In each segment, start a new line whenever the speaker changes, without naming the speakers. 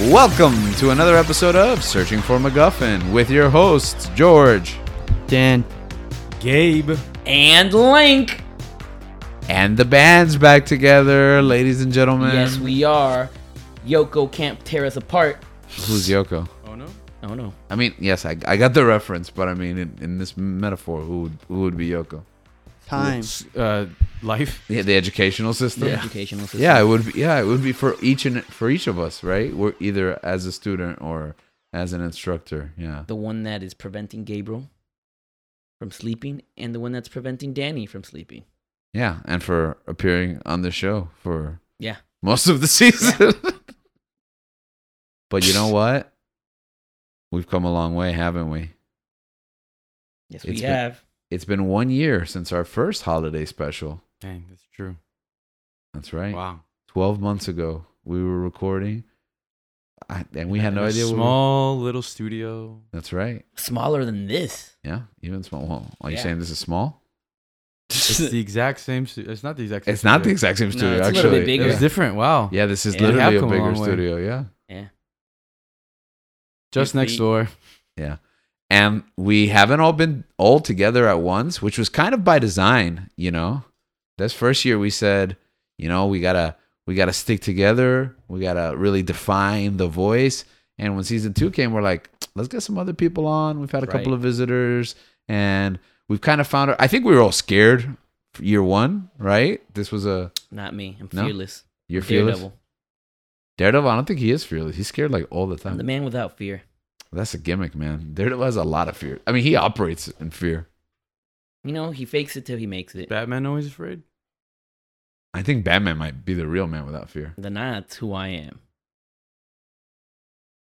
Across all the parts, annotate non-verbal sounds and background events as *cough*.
Welcome to another episode of Searching for MacGuffin with your hosts, George
Dan.
Gabe.
and Link.
and the band's back together, ladies and gentlemen.
Yes, we are. Yoko can't tear us apart.
Who's Yoko?
Oh no.
Oh no.
I mean, yes, I, I got the reference, but I mean, in, in this metaphor, who would, who would be Yoko?
Time.
Uh, life.
Yeah, the educational system.
The educational system.
Yeah, it would be. Yeah, it would be for each and for each of us, right? We're either as a student or as an instructor. Yeah.
The one that is preventing Gabriel from sleeping, and the one that's preventing Danny from sleeping.
Yeah, and for appearing on the show for
Yeah.
most of the *laughs* season. but you know what? We've come a long way, haven't we?
Yes, we
It's been-
have.
It's been one year since our first holiday special.
Dang, that's true.
That's right.
Wow.
12 months ago, we were recording I, and we had
In
no
a
idea. we were-
Small
*laughs*
little studio.
That's right.
Smaller than this.
Yeah, even small. Well, are you
Yeah.
saying this is small? *laughs*
It's the exact same. Stu- it's not the exact. Same
It's not the
studio.
exact same
No,
studio,
it's a
actually.
little bit
It
bigger.
was
Yeah.
different. Wow.
Yeah, this is
Yeah.
literally
Have
a
come a
bigger
long way.
studio. Yeah.
Yeah.
Just
It's
next
the-
door.
and we haven't all been all together at once, which was kind of by design, you know. This first year we said, you know, we gotta we gotta stick together, we gotta really define the voice. And when season two came, we're like, let's get some other people on. We've had a couple
Right.
of visitors, and we've kind of found. Our, I think we were all scared for year one, right? This was a
Not me. I'm
No?
fearless.
year fearless.
Daredevil.
Daredevil. I don't think he is fearless. He's scared like all the
I'm
time.
the man without fear.
That's a gimmick, man. Daredevil has a lot of fear. I mean, he operates in fear.
You know, he fakes it till he makes it.
Batman always afraid.
I think Batman might be the real man without fear.
Then that's who I am.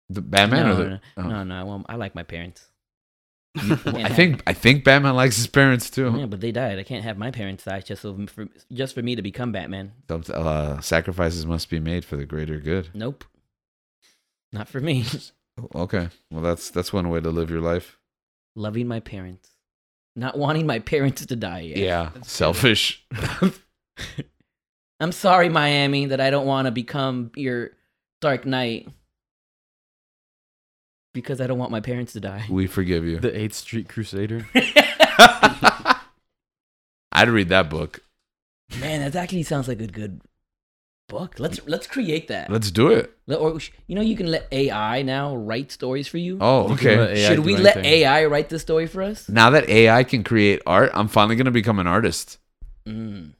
The Batman
no,
or the
no,
oh.
no, no, I, won't. I like my parents.
Well, Oh, I think I think Batman likes his parents
Yeah,
too.
but they died. I can't have my parents die just so for, just for me to become Batman.
Some Uh, sacrifices must be made for the greater good.
Nope. Not for me. *laughs*
Okay, well that's that's one way to live your life.
loving my parents, not wanting my parents to die yet.
Yeah, selfish.
*laughs* I'm sorry, Miami, that I don't want to become your Dark Knight because I don't want my parents to *laughs* die.
we forgive you.
The Eighth
*laughs*
Street Crusader.
I'd read that book.
Man, that actually sounds like a good book. Let's let's create that.
Let's do it.
Let- or sh- you know, you can let AI now write stories for you.
Oh,
You can let
okay.
AI
Should
do
we let
anything.
AI write the story for us?
Now that AI can create art, I'm finally gonna become an artist. *laughs*
Mm.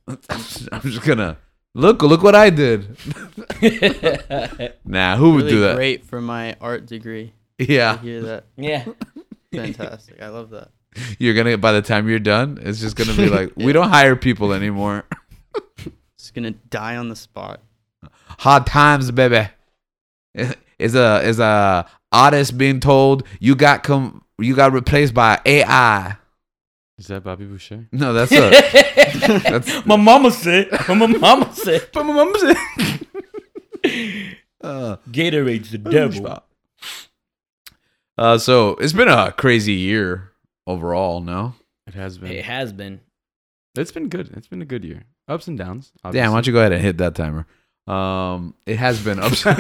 I'm just gonna look. Look what I did.
Mm.
Nah, who would
Really
do that?
great for my art degree. I
Yeah.
hear that.
*laughs*
*laughs*
yeah.
Fantastic. I love that.
you're gonna by the time you're done, it's just gonna be like we don't hire people anymore.
Just gonna die on the spot.
Hard times, baby. Is a is a artist being told you got come you got replaced by AI.
Is that Bobby Boucher?
No, that's
*laughs*
a
my mama said. My mama said.
But my mom's
*laughs* uh,
Gatorade's the
Uh, so it's been a crazy year overall. No,
It has been.
It has been.
It's been good. It's been a good year. Ups and downs. Obviously.
damn. Why don't you go ahead and hit that timer? Um, it has been upside.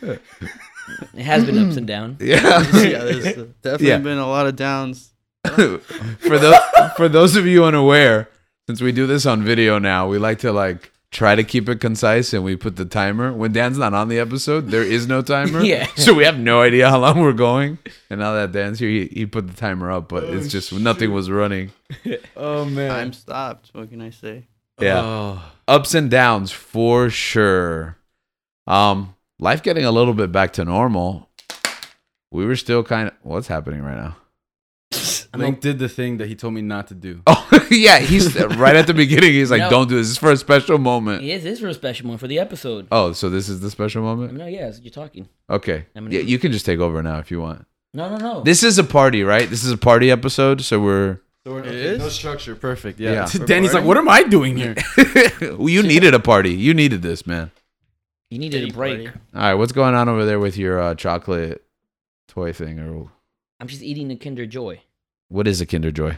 It has been ups and downs.
yeah,
*laughs* *laughs* yeah.
there's definitely
Yeah.
been a lot of downs.
*laughs* for those for those of you unaware, since we do this on video now, we like to like try to keep it concise and we put the timer. When Dan's not on the episode, there is no timer.
*laughs* Yeah.
So we have no idea how long we're going. And now that Dan's here, he, he put the timer up, but it's just nothing was running.
Oh man.
Time stopped. What can I say?
Yeah.
Oh,
Ups and downs for sure. Um, life getting a little bit back to normal. We were still kind of what's happening right now? *laughs*
Link did the thing that he told me not to do.
Oh *laughs* yeah, he's right at the beginning. He's like,
No.
"Don't do this. This is for a special moment."
It is, this is for a special one for the episode.
Oh, so this is the special
I
moment?
mean, no, yes, you're talking.
Okay.
I'm gonna-
Yeah, you can just take over now if you want.
No, no, no.
This is a party, right? This is a party episode, so we're
It
okay,
is
no
structure. Perfect.
yeah.
Yeah.
*laughs*
Danny's like, what am I doing here?
you needed a party. You needed this, man.
you needed a
Big
break.
party.
All right, what's going on over there with your uh, chocolate toy thing or
I'm just eating a Kinder Joy. *laughs*
what is a Kinder Joy?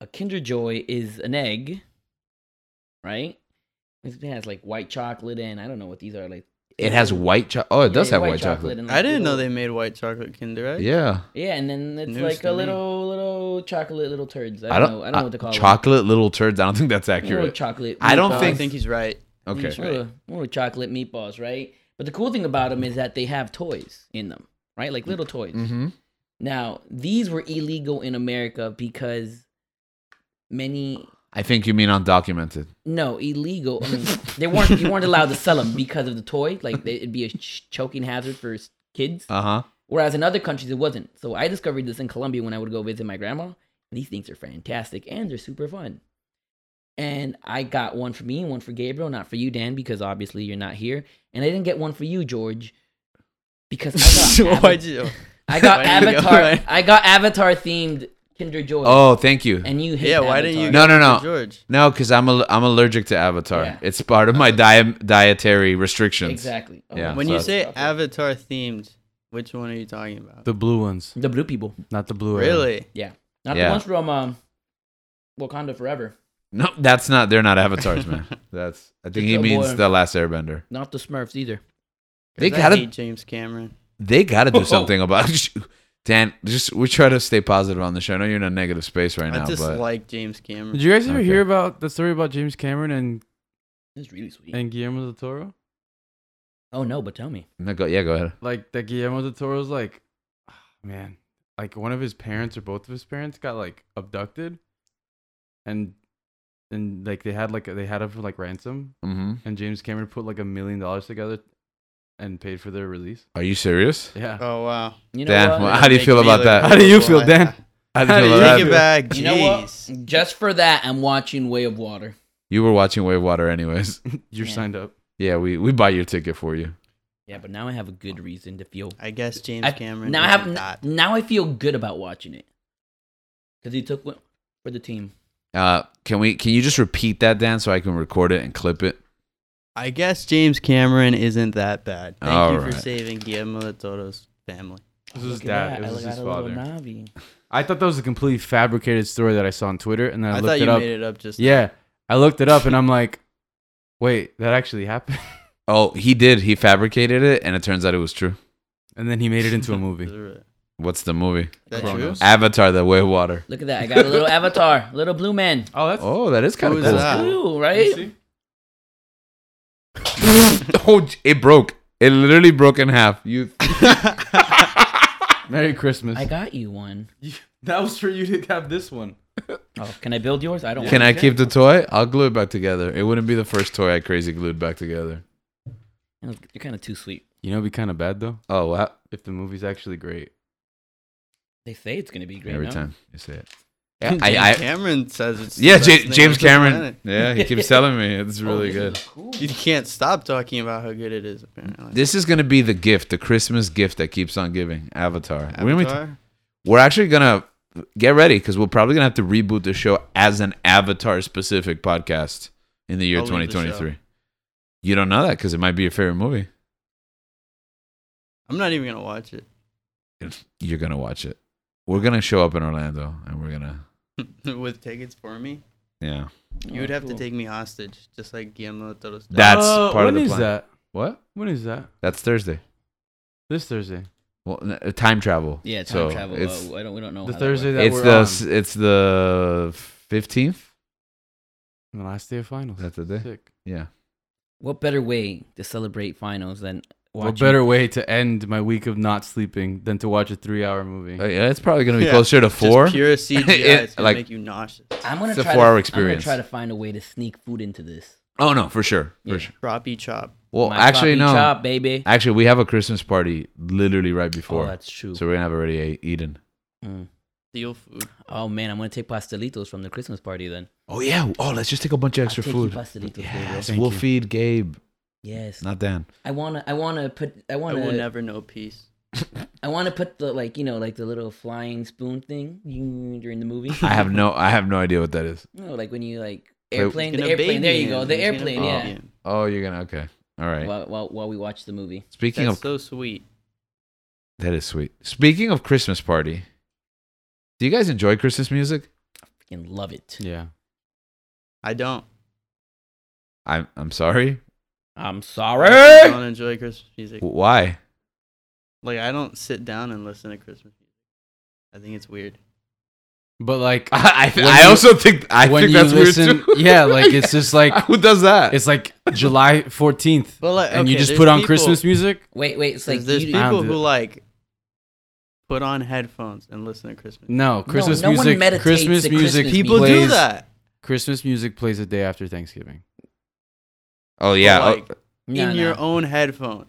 a Kinder Joy is an egg, right? It has like white chocolate and I don't know what these are like.
It has white chocolate. Oh, it
Yeah,
does have white,
and,
I
like,
didn't know
little-
they made white chocolate Kinder
chocolate.
Egg.
Yeah.
Yeah, and then it's
News
like
to
a
me.
little little chocolate little turds. I don't, know. I don't know what to call them.
uh, Chocolate little turds. I don't think that's
Little
accurate.
chocolate.
I don't
Oh,
think-
I think he's *laughs* right.
Okay.
That's
Little, little chocolate meatballs, right? But the cool thing about them is that they have toys in them, right? Like little toys.
Mm-hmm.
Now, these were illegal in America because many
I think you mean undocumented.
no illegal. I mean, they weren't you weren't allowed to sell them because of the toy. Like they, it'd be a ch- choking hazard for s- kids.
Uh huh.
Whereas in other countries it wasn't. So I discovered this in Colombia when I would go visit my grandma. And these things are fantastic and they're super fun. And I got one for me and one for Gabriel, not for you, Dan, because obvioly you're not here. And I didn't get one for you, George, because I
*laughs*
got,
Why'd
Ava-
you?
I got
*laughs* why'd you go
Avatar.
there?
I got Avatar themed Kinder Joy.
Oh, thank you.
and you hate
Yeah, why didn't you?
No,
Avatar.
go
no,
for
no.
George.
No, because I'm al- I'm allergic to Avatar.
Yeah.
It's part of my di- dietary restrictions.
Exactly. Oh,
Yeah,
my
When
so
you
God.
say Avatar themed, which one are you talking about?
The blue ones,
the blue people,
not the blue. arrow.
really?
not
Yeah.
the ones from um, Wakanda Forever,
No, that's not. They're not avatars,
*laughs*
man. That's. I think he
Good
means
boy.
the Last Airbender.
not the Smurfs either.
They
'Cause I
gotta-
hate James Cameron.
They got to do
*laughs*
something about. Dan, just we try to stay positive on the show. I know you're in a negative space right
I
now, but
dislike James
Did
Cameron.
you guys ever
Okay.
hear about the story about James Cameron and,
It's really sweet.
and Guillermo del Toro?
oh no, but tell me.
no, go, yeah, go ahead.
Like that Guillermo del Toro's like, ah, man, like one of his parents or both of his parents got like abducted, and and like they had like they had him for like ransom,
hmm
and James Cameron put like a million dollars together, and paid for their release.
Are you serious?
Yeah.
Oh wow.
You know
Dan,
what?
well, how do you
Make
feel
me
about
look
that?
How do you feel,
horrible. *laughs*
Dan?
I
How do
feel
you
about
Take
think
that.
it back.
You know what?
Jeez.
Just for that, I'm watching Way of Water.
You were watching Wave Water
*laughs*
anyways.
You're
Yeah.
signed up.
Yeah, we we buy your ticket for you.
Yeah, but now I have a good reason to feel.
I guess James
I,
Cameron.
now I
is
have
a god.
now I feel good about watching it because he took one for the team.
Uh, can we? Can you just repeat that, Dan, so I can record it and clip it?
I guess James Cameron isn't that bad. Thank you for
Alright.
saving Guillermo del Toro's family.
This was
Look at
dad.
that,
It
I
was
got
his
a little
father.
Navi.
I thought that was a completely fabricated story that I saw on Twitter, and then I,
I,
looked
thought
it
you
up.
made it up just.
Yeah, I looked it up, and I'm like, wait, that actually happened. *laughs*
Oh, he did. He fabricated it, and it turns out it was true.
And then he made it into a
*laughs*
movie.
What's the movie?
That true?
Chronos.
Avatar: The Way of Water.
Look at that! I got a little avatar, little blue man.
Oh, that's
Oh, that is kind
Who
of
is
cool.
that?
Ooh,
You
right?
see?
*laughs* oh, j- it broke. It literally broke in half. You.
Merry Christmas.
I got you one.
*laughs* that was for you to have this one.
Oh, can I build yours? I don't.
Can
want
I keep the toy? I'll glue it back together. It wouldn't be the first toy I crazy glued back together.
it. You're kind of too sweet.
You know, it'd be kind of bad though
Oh, wow.
if the movie's actually great.
They say it's gonna be great.
Every
no?
time you say it. Yeah, *laughs*
James
I, I,
Cameron says it's. the
yeah
best
J-
thing
James
on the
Cameron.
planet.
Yeah, he keeps telling me. It's
Oh,
really
this is
good.
cool.
You can't stop talking about how good it is. Apparently.
This is going to be the gift, the Christmas gift that keeps on giving Avatar. We're, gonna be t-
Avatar?
we're actually going to get ready because we're probably going to have to reboot the show as an Avatar specific podcast in the year
I'll leave the show.
2023. You don't know that because it might be your favorite movie.
I'm not even gonna watch it.
You're going to watch it. We're going to show up in Orlando and we're going to,
*laughs* With tickets for me,
yeah.
Oh,
you would have to take me hostage, just like Guillermo del Toro's. dad.
That's part of
when
the
is
plan.
that?
What?
When is that?
That's Thursday.
This Thursday.
Well, n- uh, time travel.
Yeah, time
So
travel.
It's,
uh, I don't. We don't know.
The
how that
Thursday
works.
that
it's
we're
the
on.
s it's the 15th.
The last day of finals.
That's the day?
Sick.
Yeah.
What better way to celebrate finals than watching?
What better way to end my week of not sleeping than to watch a three-hour movie?
Uh, yeah, it's probably going to be
Yeah,
closer to
Just
4. *laughs*
pure CGI. it's gonna
like-
make you nauseous.
I'm gonna
It's a
try
four-hour
to,
experience.
I'm gonna try to find a way to sneak food into this.
Oh no, for sure, for
Yeah.
sure.
Choppy chop.
Well,
My
actually,
choppy
no.
chop, baby.
Actually, we have a Christmas party literally right
Oh,
before,
that's true.
so we're gonna have already E- a- eaten.
Mm.
Steal food.
Oh man, I'm gonna take pastelitos from the Christmas party then.
Oh yeah. Oh, let's just take a bunch of
I'll
extra
take you
food.
pastelitos, baby.
Yes,
Thank
we'll
you.
feed Gabe,
Yes,
not Dan.
I wanna, I wanna put, I
I
wanna, I,
will never know peace.
wanna put the like, you know, like the little flying spoon thing you- during the movie.
I have no, I have no idea what that is.
no, like when *laughs* you like
Wait,
airplane, the
Gonna
airplane.
baby
There you
him.
go, the
He's gonna
airplane.
baby
Oh.
Yeah.
him.
Oh, you're gonna okay. All right.
While, while while we watch the movie.
Speaking
That's
of
so sweet.
that is sweet. Speaking of Christmas party, do you guys enjoy Christmas music?
fucking love it.
Yeah.
I don't.
I'm I'm sorry.
I'm
I
sorry.
don't enjoy Christmas music.
W- *laughs* Why?
Like I don't sit down and listen to Christmas music. I think it's weird.
But like
I
When
I
you-
also think I
when
think
you
that's
listen,
weird *laughs* too.
*laughs* yeah, like it's just like
who does that?
it's like July 14th
Well, like,
and you
okay,
just
there's
put on
people-
Christmas music.
Wait, wait. It's like
there's
you-
I don't
people
do
who
that.
like put on headphones and listen to Christmas.
No, Christmas
no one
music.
meditates
Christmas
at
music.
Christmas
People do
plays-
that.
Christmas music plays the day after Thanksgiving.
oh yeah.
But,
uh,
oh,
like,
No,
in
no.
your own headphones.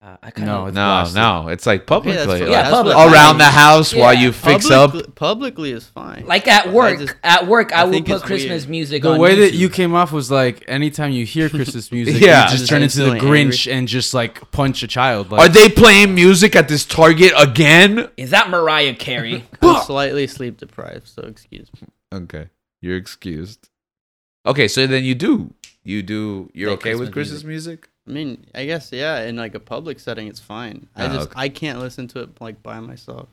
Uh, I kinda,
No, it's
Oh, no,
blasted.
no. It's like
Okay, that's
publicly
fine.
like,
Yeah, public.
fine.
around the house while
Yeah.
you fix up.
Public- publicly is fine.
Like at
I
work,
just-
at work, I,
I
will
think
put
it's
Christmas
weird.
music
The
on.
way that
YouTube.
you came off was like anytime you hear Christmas music,
Yeah.
you just
Just
turn into the
instantly angry.
Grinch and just like punch a child.
Are
Like,
they playing music at this Target again?
is that Mariah Carey? *laughs*
I'm slightly sleep deprived, so excuse me.
Okay, you're excused. Okay, so then you do. You do. You're
Like
okay with
Christmas
Christmas music?
I mean, I guess yeah. In like a public setting, it's fine. I
Oh,
just
okay.
I can't listen to it like by myself.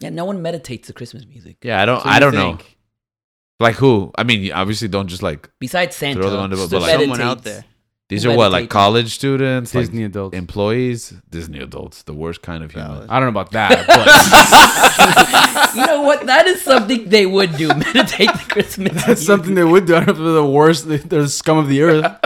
yeah, no one meditates to Christmas music
Yeah, I don't.
So
I
you
don't know.
think
Like who? I mean, you obviously don't just like
besides Santa.
Throw them under the
who
bus, but like-
Someone out
meditates.
there.
these are what like
Meditating.
college students, like
Disney adults.
employees, Disney adults, the worst kind of human.
Valid.
I don't know about
*laughs*
that, but
*laughs* you know what? That is something they would do. *laughs* Meditate to Christmas.
*laughs* that's
music.
something they would do. I don't know if they're the worst. They're the scum of the earth.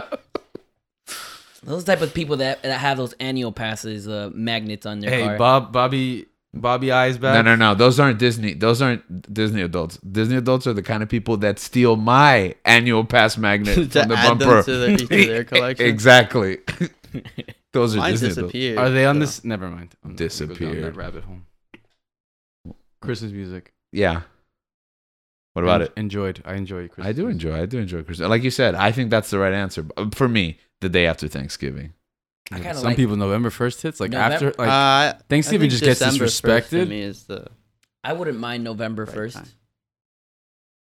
Those type of people that, that have those annual passes, uh, magnets on their
Hey,
car.
Bob, Bobby, Bobby Eyes
No,
back.
no, no. Those aren't Disney. Those aren't Disney adults. Disney adults are the kind of people that steal my annual pass magnet
*laughs* To
from the
add them
bumper. E,
to their- to
*laughs*
their collection? *laughs*
exactly. those are
Mine
Disney adults.
disappeared.
Are they on
so.
this? Never mind. I'm not gonna go down
Disappeared.
that rabbit hole. Christmas music.
Yeah. What about
En-
it?
Enjoyed. I enjoy Christmas.
I do
music.
enjoy. I do enjoy Christmas. Like you said, I think that's the right answer But for me. The day after Thanksgiving.
I
Yeah,
kinda
Some
like-
people November first hits like
November-
after like
Uh, I
Thanksgiving
think
just gets
December 1st for
disrespected.
me is the
I wouldn't mind November
Right
first.
time.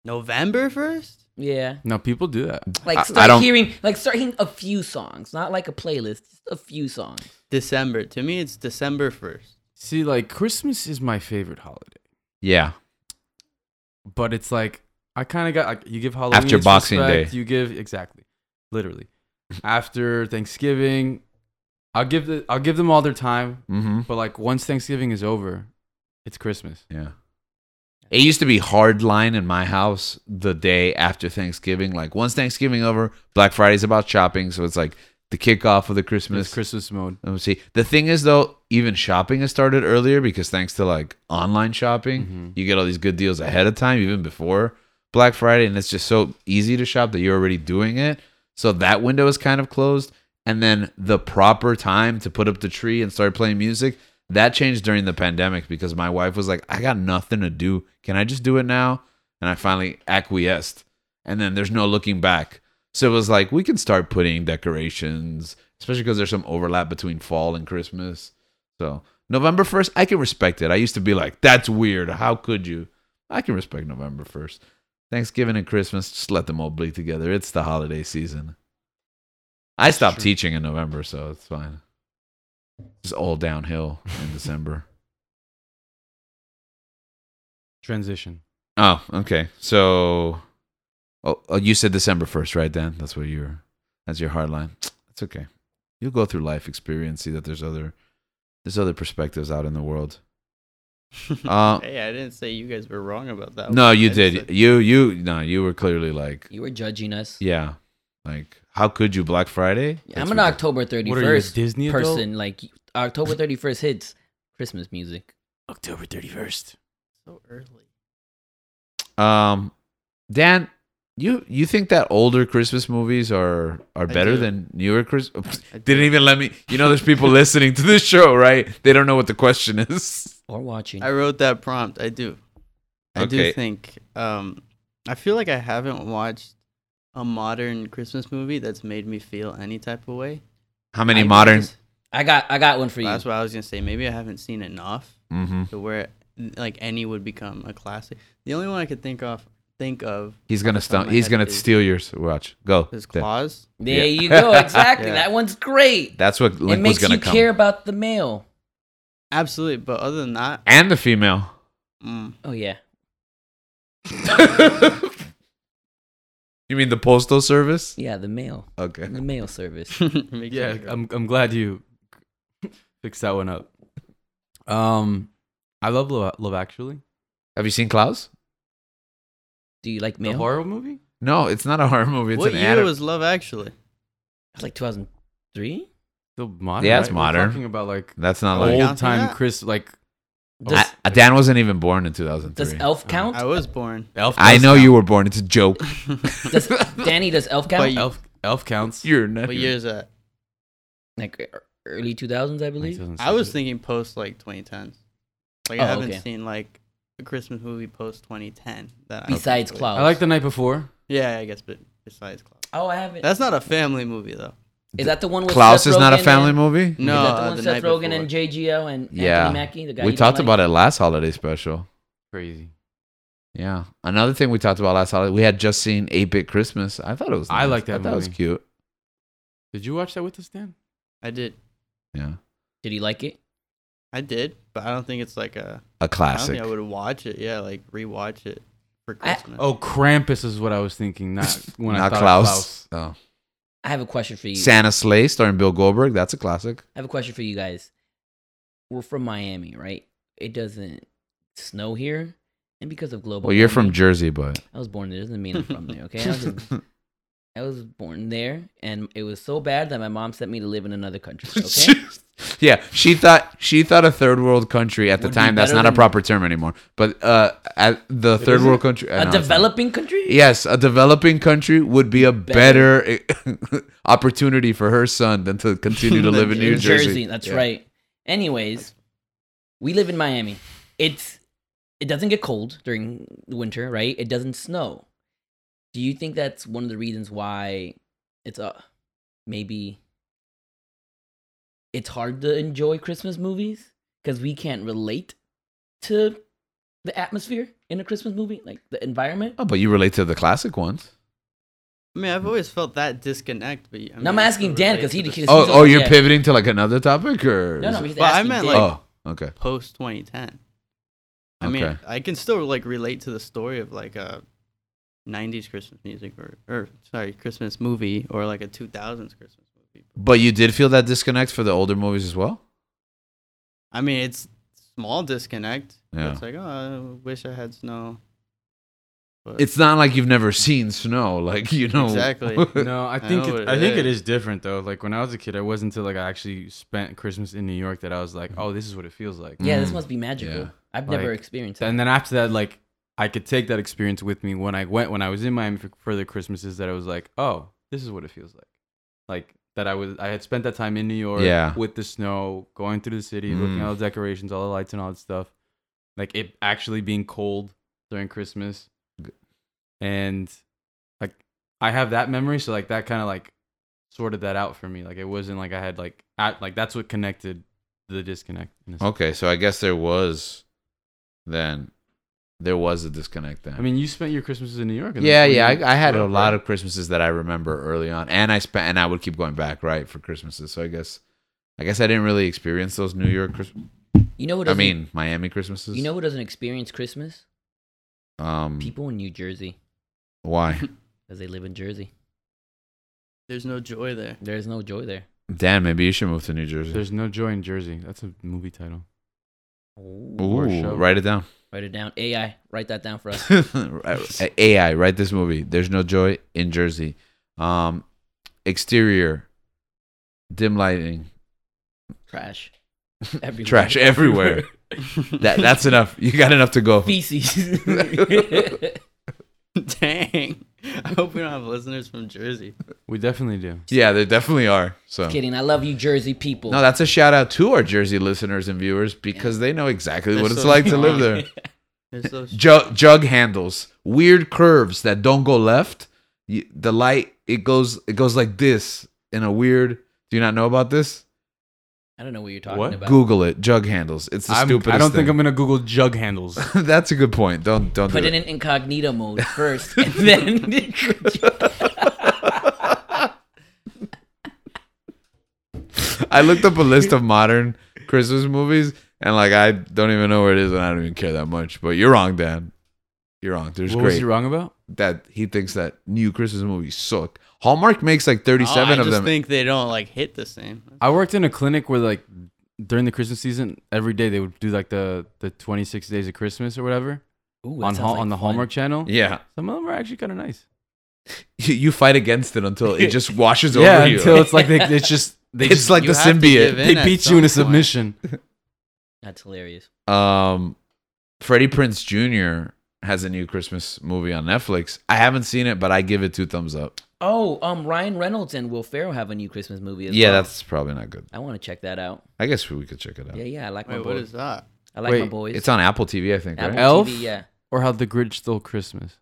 November first.
Yeah,
No, people do that.
I- I
like start
don't-
hearing, like start hearing a few songs, not like a playlist, just a few songs.
December. To me, it's December first.
See, like Christmas is my favorite holiday,
Yeah.
but it's like I kind of got like you give Halloween
After
its
Boxing
respect,
Day.
you give exactly, literally, after Thanksgiving. I'll give the I'll give them all their time,
Mm-hmm.
but like once Thanksgiving is over, it's Christmas.
Yeah. It used to be hard line in my house the day after Thanksgiving. Like once Thanksgiving over, Black Friday's about shopping, so it's like the kickoff of the Christmas.
It's Christmas mode.
Let me see. The thing is though, even shopping has started earlier because thanks to like online shopping,
Mhm.
you get all these good deals ahead of time, even before Black Friday, and it's just so easy to shop that you're already doing it. So that window is kind of closed. And then the proper time to put up the tree and start playing music, that changed during the pandemic because my wife was like, I got nothing to do. Can I just do it now? And I finally acquiesced. And then there's no looking back. So it was like, we can start putting decorations, especially because there's some overlap between fall and Christmas. So November 1st, I can respect it. I used to be like, that's weird. How could you? I can respect November 1st. Thanksgiving and Christmas, just let them all bleed together. It's the holiday season. I
That's
stopped
true.
teaching in November, so it's fine. It's all downhill in December.
Transition.
Oh, okay. So, oh, oh, you said December 1st, right, Dan? That's what you're, that's your hard line. It's okay. You'll go through life experience, see that there's other, there's other perspectives out in the
*laughs*
world. Uh,
hey, I didn't say you guys were wrong about that.
No,
one.
you
I
did.
said-
You you no, you were clearly like
You were judging us.
yeah, like how could you Black Friday?
I'm
That's
an
ridiculous.
October
What are you, a
31st
Disney adult?
person. Like October 31st hits Christmas music.
October 31st.
so early.
Um, Dan, you you think that older Christmas movies are are better
do.
than newer *laughs* Christmas?
I
Didn't even let me. You know, there's people listening to this show, right? They don't know what the question is.
Or watching.
I wrote that prompt. I do. I
Okay.
do think. Um, I feel like I haven't watched a modern Christmas movie that's made me feel any type of way.
How many
I
modern?
noticed-
I got I got one for you.
That's what I was gonna say. Maybe I haven't seen enough
Mm-hmm.
to where like any would become a classic. The only one I could think of think of
He's gonna
off the top of
stump.
my
He's
head
gonna
is-
steal yours. Watch, go.
is
Dan.
Claus.
There
Yeah.
you go. Exactly.
Yeah.
That one's great.
That's what
it
Link was
makes
gonna
you
come.
care about the mail.
Absolutely, but other than that,
And the female.
mm, *laughs*
Oh yeah.
You mean the postal service?
yeah, the mail,
Okay.
the mail service.
Makes
yeah,
sense.
um,
I'm I'm glad you *laughs* fixed that one up. Um, I love Love, Love Actually,
Have you seen Klaus?
Do you like
the
mail?
horror movie.
No, it's not a horror movie. It's
what
an
year
anime.
was Love Actually?
It's like 2003.
The modern.
Yeah, it's
right? We're
modern.
talking about like
That's not
Oh,
like
yeah.
old
counting
time
that?
Chris, like
Does,
I, uh, Dan wasn't even born in 2003.
does Elf
Uh,
count?
I was born. *laughs*
Elf.
I
does
know
count.
you were born. It's a joke.
Does- Danny, does Elf count?
you-
Elf. Elf counts.
You're not. *laughs*
what year's that?
like er- early 2000s, I believe.
I was thinking post like 2010. Like
Oh,
I haven't
okay.
seen like a Christmas movie post 2010. That I-
Besides Klaus.
I like the night before.
Yeah, I guess, but besides Klaus.
Oh, I haven't.
That's not a family movie though.
Is that the one with
Klaus
Seth
is not a
Rogen
family
and-
movie.
Is
No,
that the
uh,
one
the
Seth
night
Rogan and JGO and
Yeah.
Anthony Mackie? The guy
We talked about it last holiday special.
Crazy.
Yeah. Another thing we talked about last holiday, we had just seen 8 Bit Christmas. I thought it was.
I
nice.
like that
I thought it was
movie.
cute.
Did you watch that with us, Dan?
I did,
Yeah.
Did he like it?
I did, but I don't think it's like a.
A
I don't
classic.
think I would watch it. Yeah, like rewatch it for
I-
Christmas.
Oh, Krampus is what I was thinking. *laughs* Not when I
not
thought Of
Klaus.
*laughs* Klaus.
Oh.
I have a question for you.
Santa Sleigh starring Bill Goldberg. That's a classic.
I have a question for you guys. We're from Miami, right? It doesn't snow here, and because of global.
Well, you're from
warming-
Jersey, but
I was born there. Doesn't mean I'm from there. Okay, I was,
*laughs*
I was born there, and it was so bad that my mom sent me to live in
*laughs*
another country. Okay,
yeah, she thought she thought a third world country at the
Would be
time. That's
better
not a
than-
proper term anymore. But uh, at the third
isn't?
world country, I
a
know it's not.
developing country.
Yes, a developing country would be a better, *laughs* opportunity for her son than to continue to
Than
live in New
In
Jersey.
That's
Yeah.
right. Anyways, we live in Miami. It's it doesn't get cold during the winter, right? It doesn't snow. Do you think that's one of the reasons why it's uh maybe it's hard to enjoy Christmas movies because we can't relate to the atmosphere in a Christmas movie, like the environment?
Oh, but you relate to the classic ones.
I mean, I've always felt that disconnect. But I mean,
No, I'm
I
asking
can
Dan,
relate
'cause he-
to this
he's-
Oh,
over
oh, you're
there.
pivoting to like another topic, or
No,
is
no,
it-
he's
Well, I
asking
meant,
Dave.
like-
oh, okay.
post 2010. I mean,
Okay.
I can still like relate to the story of like a 90s Christmas music or, or sorry, Christmas movie or like a 2000s Christmas movie.
But you did feel that disconnect for the older movies as well.
I mean, it's small disconnect. but
Yeah.
It's like, oh, I wish I had snow. But
It's not like you've never seen snow, like you know. *laughs*
Exactly.
No, I think
know
it,
what it
I think it
is.
is different though. Like when I was a kid, I wasn't until like I actually spent Christmas in New York that I was like, oh, this is what it feels like.
yeah, this
Mm,
must be magical.
yeah.
I've
Like,
never experienced that.
And then after that, like I could take that experience with me when I went when I was in Miami for further Christmases. That I was like, oh, this is what it feels like. Like that I was I had spent that time in New York
Yeah.
with the snow, going through the city, looking
Mm.
at all the decorations, all the lights and all that stuff. Like it actually being cold during Christmas. And like I have that memory, so like that kind of like sorted that out for me. Like it wasn't like I had like at like that's what connected the disconnect. in a sense.
Okay, so I guess there was, then, there was a disconnect then.
I mean, you spent your Christmases in New York. and
yeah,
that's when
yeah,
you
I, I had
grew
a
up,
lot
right?
of Christmases that I remember early on, and I spent, and I would keep going back, right, for Christmases. So I guess, I guess I didn't really experience those New York, Christ-
you know what?
I
doesn't-
mean, Miami Christmases.
Oh, you know who doesn't experience Christmas?
um,
People in New Jersey, *laughs*
why?
because they live in Jersey,
there's no joy there. *laughs*
there is no joy there.
Dan, maybe you should move to New Jersey.
There's no joy in Jersey. That's a movie title. or a
Ooh,
show.
write it down. *laughs*
Write it down. AI, write that down for us.
AI, write this movie. There's no joy in Jersey. Um, exterior, dim lighting,
Trash. Everywhere.
trash
*laughs*
everywhere. that that's enough. You got enough to go. *laughs*
Feces.
Dang. I hope we don't have listeners from Jersey.
We definitely do.
Yeah, there definitely are. So
Kidding. I love you, Jersey people.
no, that's a shout out to our Jersey listeners and viewers because they know exactly what
They're
it's
so
like to live
strong. *laughs*
there.
There's so
Jug, jug handles, weird curves that don't go left. Y- The light it goes it goes like this in a weird. Do you not know about this?
I don't know what you're talking
What?
about.
Google it. Jug handles. It's the
I'm-
stupidest.
I don't think I'm
thing.
gonna Google jug
*laughs*
handles.
that's a good point. Don't don't
Put
do
it in
*laughs*
incognito mode first, and *laughs* then.
I looked up a list of modern Christmas movies, and like I don't even know where it is, and I don't even care that much. But you're wrong, Dan. You're wrong. There's
what was
great
he wrong about?
that he thinks that new Christmas movies suck. Hallmark makes
Oh,
like 37
Oh, I
of
just
them.
think they don't like hit the same.
I worked in a clinic where like during the Christmas season, every day they would do like the the 26 days of Christmas or whatever
Ooh, that
on
sounds
Hall
like
on the
fun.
Hallmark Channel.
*laughs* yeah,
Some of them are actually kind of nice.
you fight against it until it
*laughs*
just washes
yeah,
over you.
until it's like they, it's just they
it's
just,
like
you
the
have to
symbiote.
give in
they
at
beat
some
you in a
*laughs*
point.
submission.
That's hilarious.
*laughs* um Freddie Prince Jr. has a new Christmas movie on Netflix. I haven't seen it, but I give it two thumbs up.
Oh, um, Ryan Reynolds and Will Ferrell have a new Christmas movie. As
Yeah,
well.
that's probably not good.
I want to check that out.
I guess we could check it out.
Yeah, yeah, I like my
Wait, what
boys.
is that?
I like my
Wait,
boys.
It's on Apple TV, I think,
Apple
right?
Elf?
TV, yeah.
Or how the Grinch stole Christmas.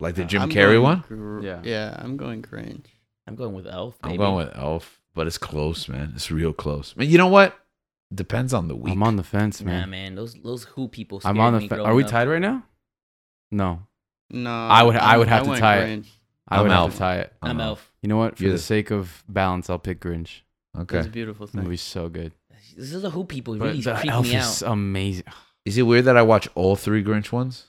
Like
Uh,
the Jim
I'm
Carrey
going
one?
Gr-
Yeah.
yeah. I'm going Grinch.
I'm going with Elf.
I'm
baby.
going with Elf, but it's close, man. It's real close. Man, you know what? Depends on the week.
I'm on the fence,
Nah,
man.
man, those those who people.
I'm on the
me
fence. Are
growing
we
up.
tied right now? No,
No,
I would- I would have to
went
tie it.
Grinch.
I
I'm
would have
Elf.
to tie it.
I'm Elf.
You know what? For
You're
the
the-
sake of balance, I'll pick Grinch.
It's
Okay.
a beautiful
The
thing.
movie's so good.
This is a who people
But
really
the
creep
Elf
me out.
is amazing. *sighs*
Is it weird that I watch all three Grinch ones?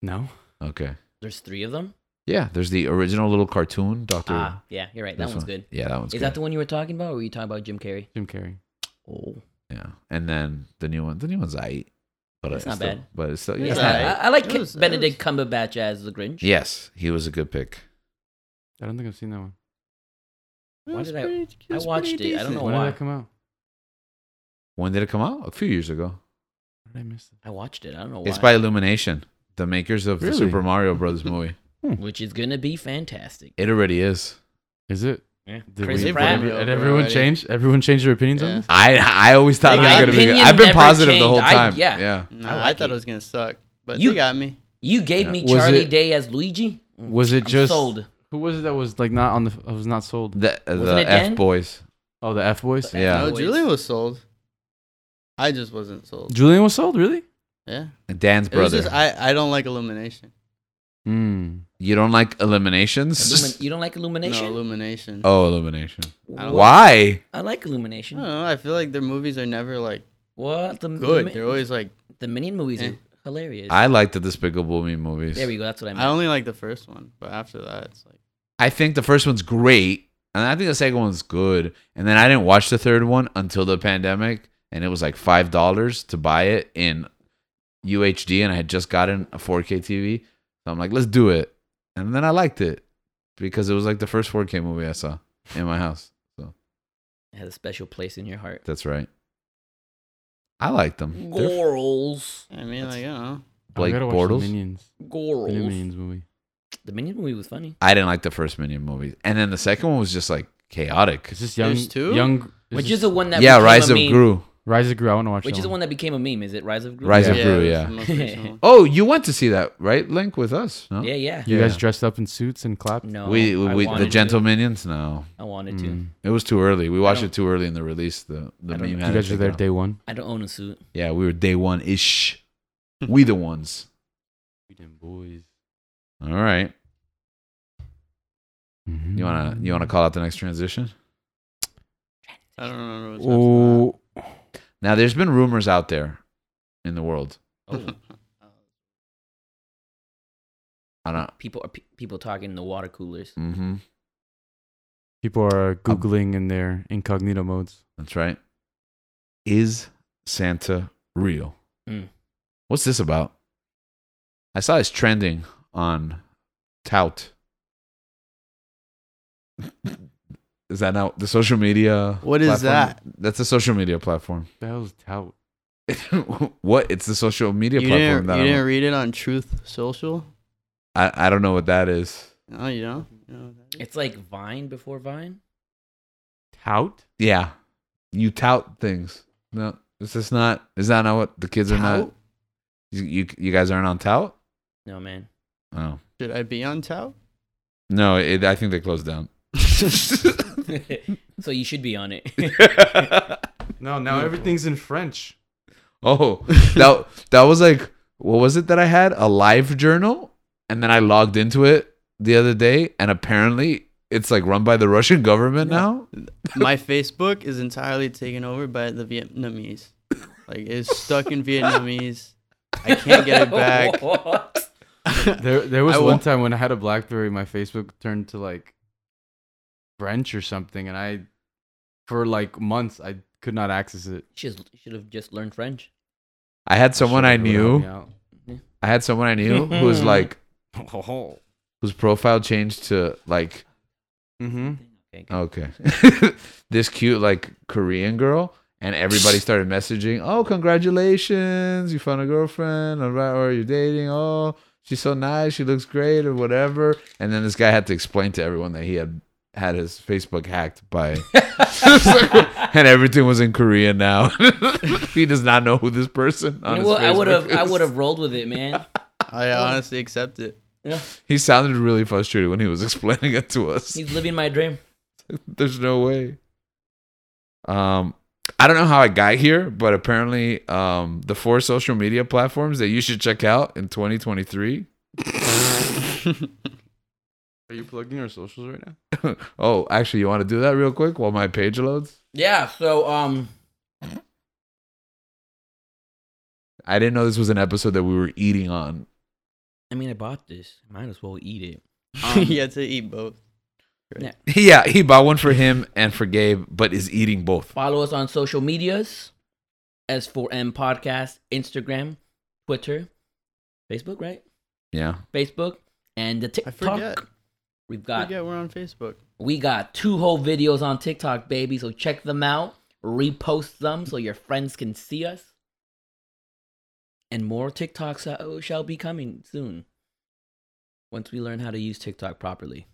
No,
Okay.
There's three of them.
Yeah, there's the original little cartoon, Doctor.
Ah, yeah, you're right. That
this
one's
one.
good.
Yeah, that one's
is
good.
that the one you were talking about, or were you talking about Jim Carrey?
Jim Carrey.
Oh,
Yeah, and then the new one. The new one's aight, but
It's not
still,
bad.
But it's still
Yeah,
yeah.
it's
it's
not
not
I,
aight.
I like
It was- it
Benedict Cumberbatch as the Grinch.
Yes, he was a good pick.
I don't think I've seen that one.
Why
was
did I-
pretty-
I
was
watched
pretty
it. I don't
decent.
know
when
why.
did that come out?
When did it come out? A few years ago.
Why did I miss it?
I watched it. I don't know why.
It's by Illumination, the makers of the
Really?
Super Mario Brothers movie.
which is gonna be fantastic.
It already is.
Is it?
Yeah.
Did
Chris
we-
Pratt.
did
Over
everyone
already.
change? Everyone change their opinions on
Yeah.
this?
I I always thought it
They
was
got
gonna be good.
opinion
I've been
never
positive the whole
changed. I-
time.
yeah.
yeah.
No,
I
I,
like
thought
it.
it. was gonna suck, but
You-
you got me.
You gave
Yeah.
me
Was
Charlie
it-
Day as Luigi. Mm,
Was it
I'm
just
sold?
who was it that was like not on the? I was not sold.
The uh,
Wasn't
the
it
F
Dan?
boys.
Oh, the F boys.
The F
Yeah.
No,
boys.
Julia was sold. I just wasn't sold.
Julian was sold, really?
Yeah,
Dan's
it was
brother.
just I. I don't like Illumination.
Mm.
you don't like eliminations?
Illumin- you don't like Illumination?
*laughs* No Illumination.
oh, elimination.
I don't
Why?
I like
I
Illumination.
don't know. I feel like their movies are never like
What the
good.
The,
They're
Min-
always like.
the Minion movies
Eh.
are hilarious.
I like the Despicable Me movies.
there we go. That's what I
I
meant.
only like the first one, but after that, it's like
I think the first one's great, and I think the second one's good. And then I didn't watch the third one until the pandemic, and it was like five dollars to buy it in UHD, and I had just gotten a 4K TV, so I'm like, let's do it. And then I liked it because it was like the first 4K movie I saw in my house.
It has a special place in your heart.
That's right. I liked them. They're
Gorals.
I mean, like you know,
Blake
I gotta watch
Bortles.
The Minions. The new
Gorals.
Minions movie.
The Minion movie was funny.
I didn't like the first Minion movie, and then the second one was just like chaotic.
Is this young?
There's two?
Young.
Which is the one that
Yeah,
became
Rise
a
of
meme,
Gru.
Rise of Gru. I want to watch.
Which
that
is the one that became a meme. Is it Rise of Gru?
Rise of
yeah.
Gru,
it was
yeah.
the most recent one.
Oh, you went to see that, right, Link, with us? No?
Yeah, yeah.
You guys
Yeah.
dressed up in suits and clapped.
No.
we, we,
I
we
wanted
the
to.
gentle minions no
Mm, I wanted to.
Mm.
it was too early we watched
don't-
it too early in the release the the
I don't
meme
know.
had it
You guys were
taken
there
off.
day one.
I don't own
*laughs*
a suit.
yeah we were day one ish
*laughs*
we the ones
boys.
all right
Mm-hmm.
you want to you want to call out the next transition
I don't remember. What's oh.
Oh,
now there's been rumors out there in the world
Oh,
i don't
people are pe- people talking in the water coolers.
mm-hmm
people are googling in their incognito modes.
that's right is santa real
Hmm.
Mm.
what's this about i saw it's trending on tout *laughs* is that now the social media
What is
platform?
that?
that's a social media platform *laughs*
Bell's tout.
what it's the social media
You
platform
didn't,
that
you
I,
didn't
don't,
read it on Truth Social?
I, I don't know what that is
No, Oh, you don't. You know what that is?
It's like Vine before Vine.
Tout?
yeah you tout things no is this not is that not what the kids are not
Tout?
you, you you guys aren't on tout
No man. *laughs*
oh
Should I be on tout?
*laughs* no it, i think they closed down
so you should be on it.
No, now
Mm.
everything's
*laughs*
in French.
*laughs* Oh, that that was like what was it that I had a live journal, and then I logged into it the other day, and apparently it's like run by the Russian *laughs* government now.
My Facebook is entirely taken over by the Vietnamese. Like it's stuck in Vietnamese. I
*laughs*
can't get it back.
There, there was
I
one
won't-
time when I had a BlackBerry, my Facebook turned to like French or something, and I, for like months, I could not access it.
should should have just learned French.
I had someone
Shit,
I
it would help me
knew.
out. *laughs*
I had someone I knew who was like whose profile changed to like
Mhm.
Okay, good.
okay, *laughs* this cute like Korean girl, and everybody started messaging. Oh, congratulations! You found a girlfriend, all right, or you're dating. Oh, she's so nice. She looks great, or whatever. And then this guy had to explain to everyone that he had had his Facebook hacked by, *laughs*
*laughs*
and everything was in Korean now. *laughs* he does not know who this person. on
You know
his
what? I would have
Facebook
I
is.
would
*laughs*
have rolled with it, man.
I honestly accept *laughs* it.
Yeah,
He sounded really frustrated when he was *laughs* explaining it to us.
he's living my dream.
There's no way. Um, I don't know how I got here, but apparently, um, the four social media platforms that you should check out in 2023.
Are you plugging our socials right now?
*laughs* oh, actually, you want to do that real quick while my page loads?
Yeah. So um,
I didn't know this was an episode that we were eating on. *laughs*
I mean, I bought this. Might as well eat *laughs* it. Um,
you had to eat both.
yeah, he bought one for him and for Gabe, but is eating both.
Follow us on social medias S4M Podcast, Instagram, Twitter, Facebook, right?
Yeah.
Facebook, and the
forget.
TikTok. We've
I
got
forget we're on Facebook.
we got two whole videos on TikTok, baby. So check them out, repost them so your friends can see us. And more TikToks uh, shall be coming soon. Once we learn how to use TikTok properly.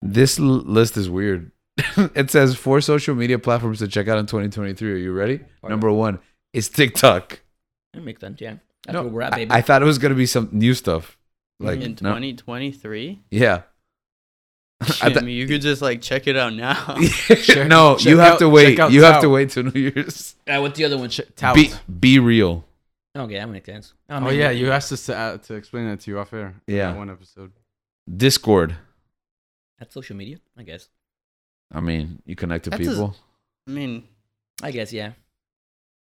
This l- list is weird. *laughs* it says four social media platforms to check out in 2023. Are you ready? Number one is TikTok.
That makes sense, yeah. That's
No,
where we're at,
I,
baby.
I thought it was gonna be some new stuff. Like
in
no- *laughs*
2023?
Yeah.
Shit, I mean, you could just like check it
*laughs*
out now.
Check-
no,
check
you have
out-
to
check
wait.
out
You have to
Tout.
wait till New Year's.
Uh, what's the other one?
Tout.
Be be real.
Okay, that makes sense.
oh
man.
yeah, you asked us to uh, to explain that to you off air. in
Yeah.
that one episode.
Discord.
That's social media, I guess.
I mean, you connect to
That's a-
people.
I mean,
I guess, yeah.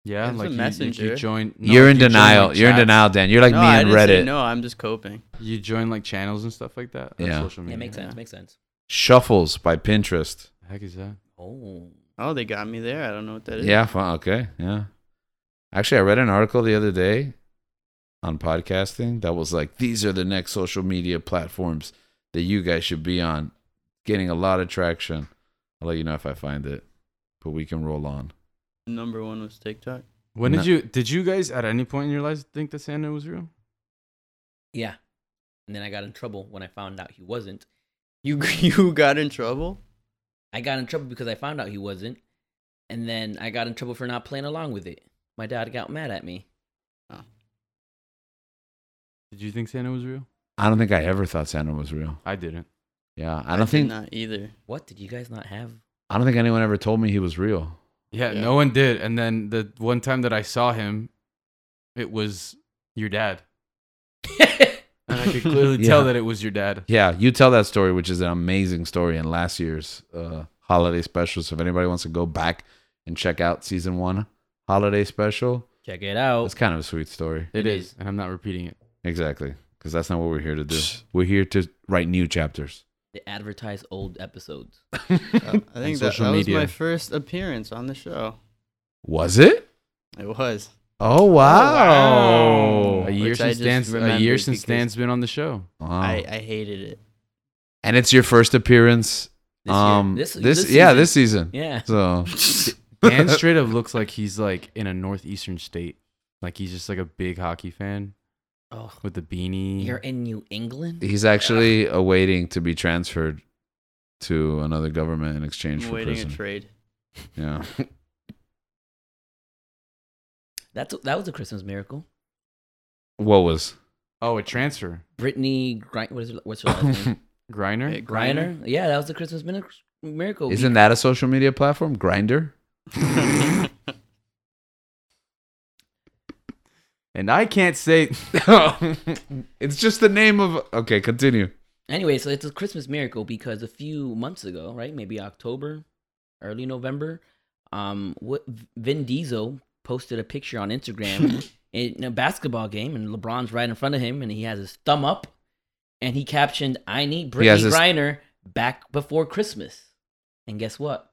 Yeah,
It's a
like you- You,
messenger.
you join. no,
You're in
you join,
denial.
like,
You're in
chats.
denial, Dan. You're like
no,
me
I
on
didn't say
Reddit.
no, I'm just coping.
You join like channels and stuff like that. That's
Yeah.
social media.
Yeah, makes sense.
Yeah.
Makes sense.
Shuffles by Pinterest.
The heck is that?
Oh,
Oh, they got me there. I don't know what that is.
Yeah. fu- okay. Yeah. Actually, I read an article the other day on podcasting that was like, these are the next social media platforms that you guys should be on, getting a lot of traction. I'll let you know if I find it, but we can roll on.
Number one was TikTok.
When
No.
did you did you guys at any point in your lives think that Santa was real?
yeah. And then I got in trouble when I found out he wasn't.
You *laughs* you got in trouble?
I got in trouble because I found out he wasn't, and then I got in trouble for not playing along with it. My dad got mad at me.
Did you think Santa was real?
I don't think I ever thought Santa was real.
I didn't.
Yeah, I don't
did
think
not
*laughs*
either.
What did you guys not *laughs* have?
I don't think anyone ever told me he was real.
Yeah,
Yeah.
no one did. And then the one time that I saw him, it was your dad, and *laughs* I could clearly
Yeah.
tell that it was your dad.
Yeah, you tell that story, which is an amazing story in last year's uh, holiday special. So if anybody wants to go back and check out season one holiday special,
Check it out.
Oh.
it's kind of a sweet story.
It
It
is,
is.
and I'm not repeating it.
Exactly, because that's not what we're here to do. we're here to write new chapters.
They advertise old episodes.
Uh, I think that,
social
that was
media.
my first appearance on the show.
Was it?
It was.
Oh wow!
A year
Which I
since
just
Dan's a year
remembered
since
because-
Dan's been on the show. *laughs*
Wow.
I, I hated
*laughs*
it.
and it's your first appearance.
This year.
um,
This-
this,
this
yeah,
season.
this season.
Yeah.
So
Dan straight up looks like he's like in a northeastern state. Like he's just like a big hockey fan
Oh,
with the beanie.
you're in New England.
He's actually awaiting to be transferred to another government in exchange
I'm
for
waiting
prison.
a trade.
yeah.
That's that was a Christmas miracle.
What was?
oh, a transfer.
Brittany Griner. What is her, what's
*laughs*
her last name?
Griner?
Griner. Yeah, that was the Christmas mirac- miracle.
Isn't that a social media platform? Grinder?
*laughs*
Griner? *laughs*
And I can't say
*laughs* it's just the name of Okay, continue.
Anyway, so it's a Christmas miracle because a few months ago, right? Maybe October,
*laughs*
early November, um, what Vin Diesel posted a picture on Instagram in a basketball game, and LeBron's right in front of him, and he has his thumb up, and he captioned, "I need
has
Brittany
his-
Griner back before Christmas." And guess what?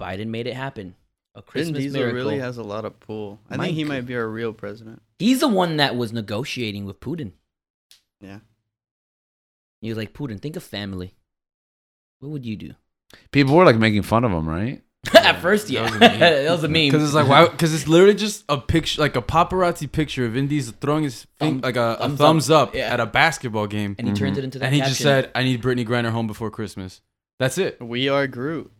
Biden made it happen. A
Vin
Christmas
Diesel
miracle.
really has a lot of pull. I think he
Mike.
might be our real president.
He's the one that was negotiating with Putin.
Yeah.
He was like, Putin, think of family. What would you do?
People were like making fun of him, right?
*laughs* At first, yeah.
that was a
*laughs*
meme.
That was a meme.
Because it's like why? Because it's literally just a picture, like a paparazzi picture of Vin Diesel throwing his
Thumb-
thing, like a, a
thumbs
thumbs up,
yeah.
at a basketball game,
and he turns it into that
mm-hmm. and he
caption.
just said, "I need Brittany Griner home before Christmas." That's it.
We are Groot.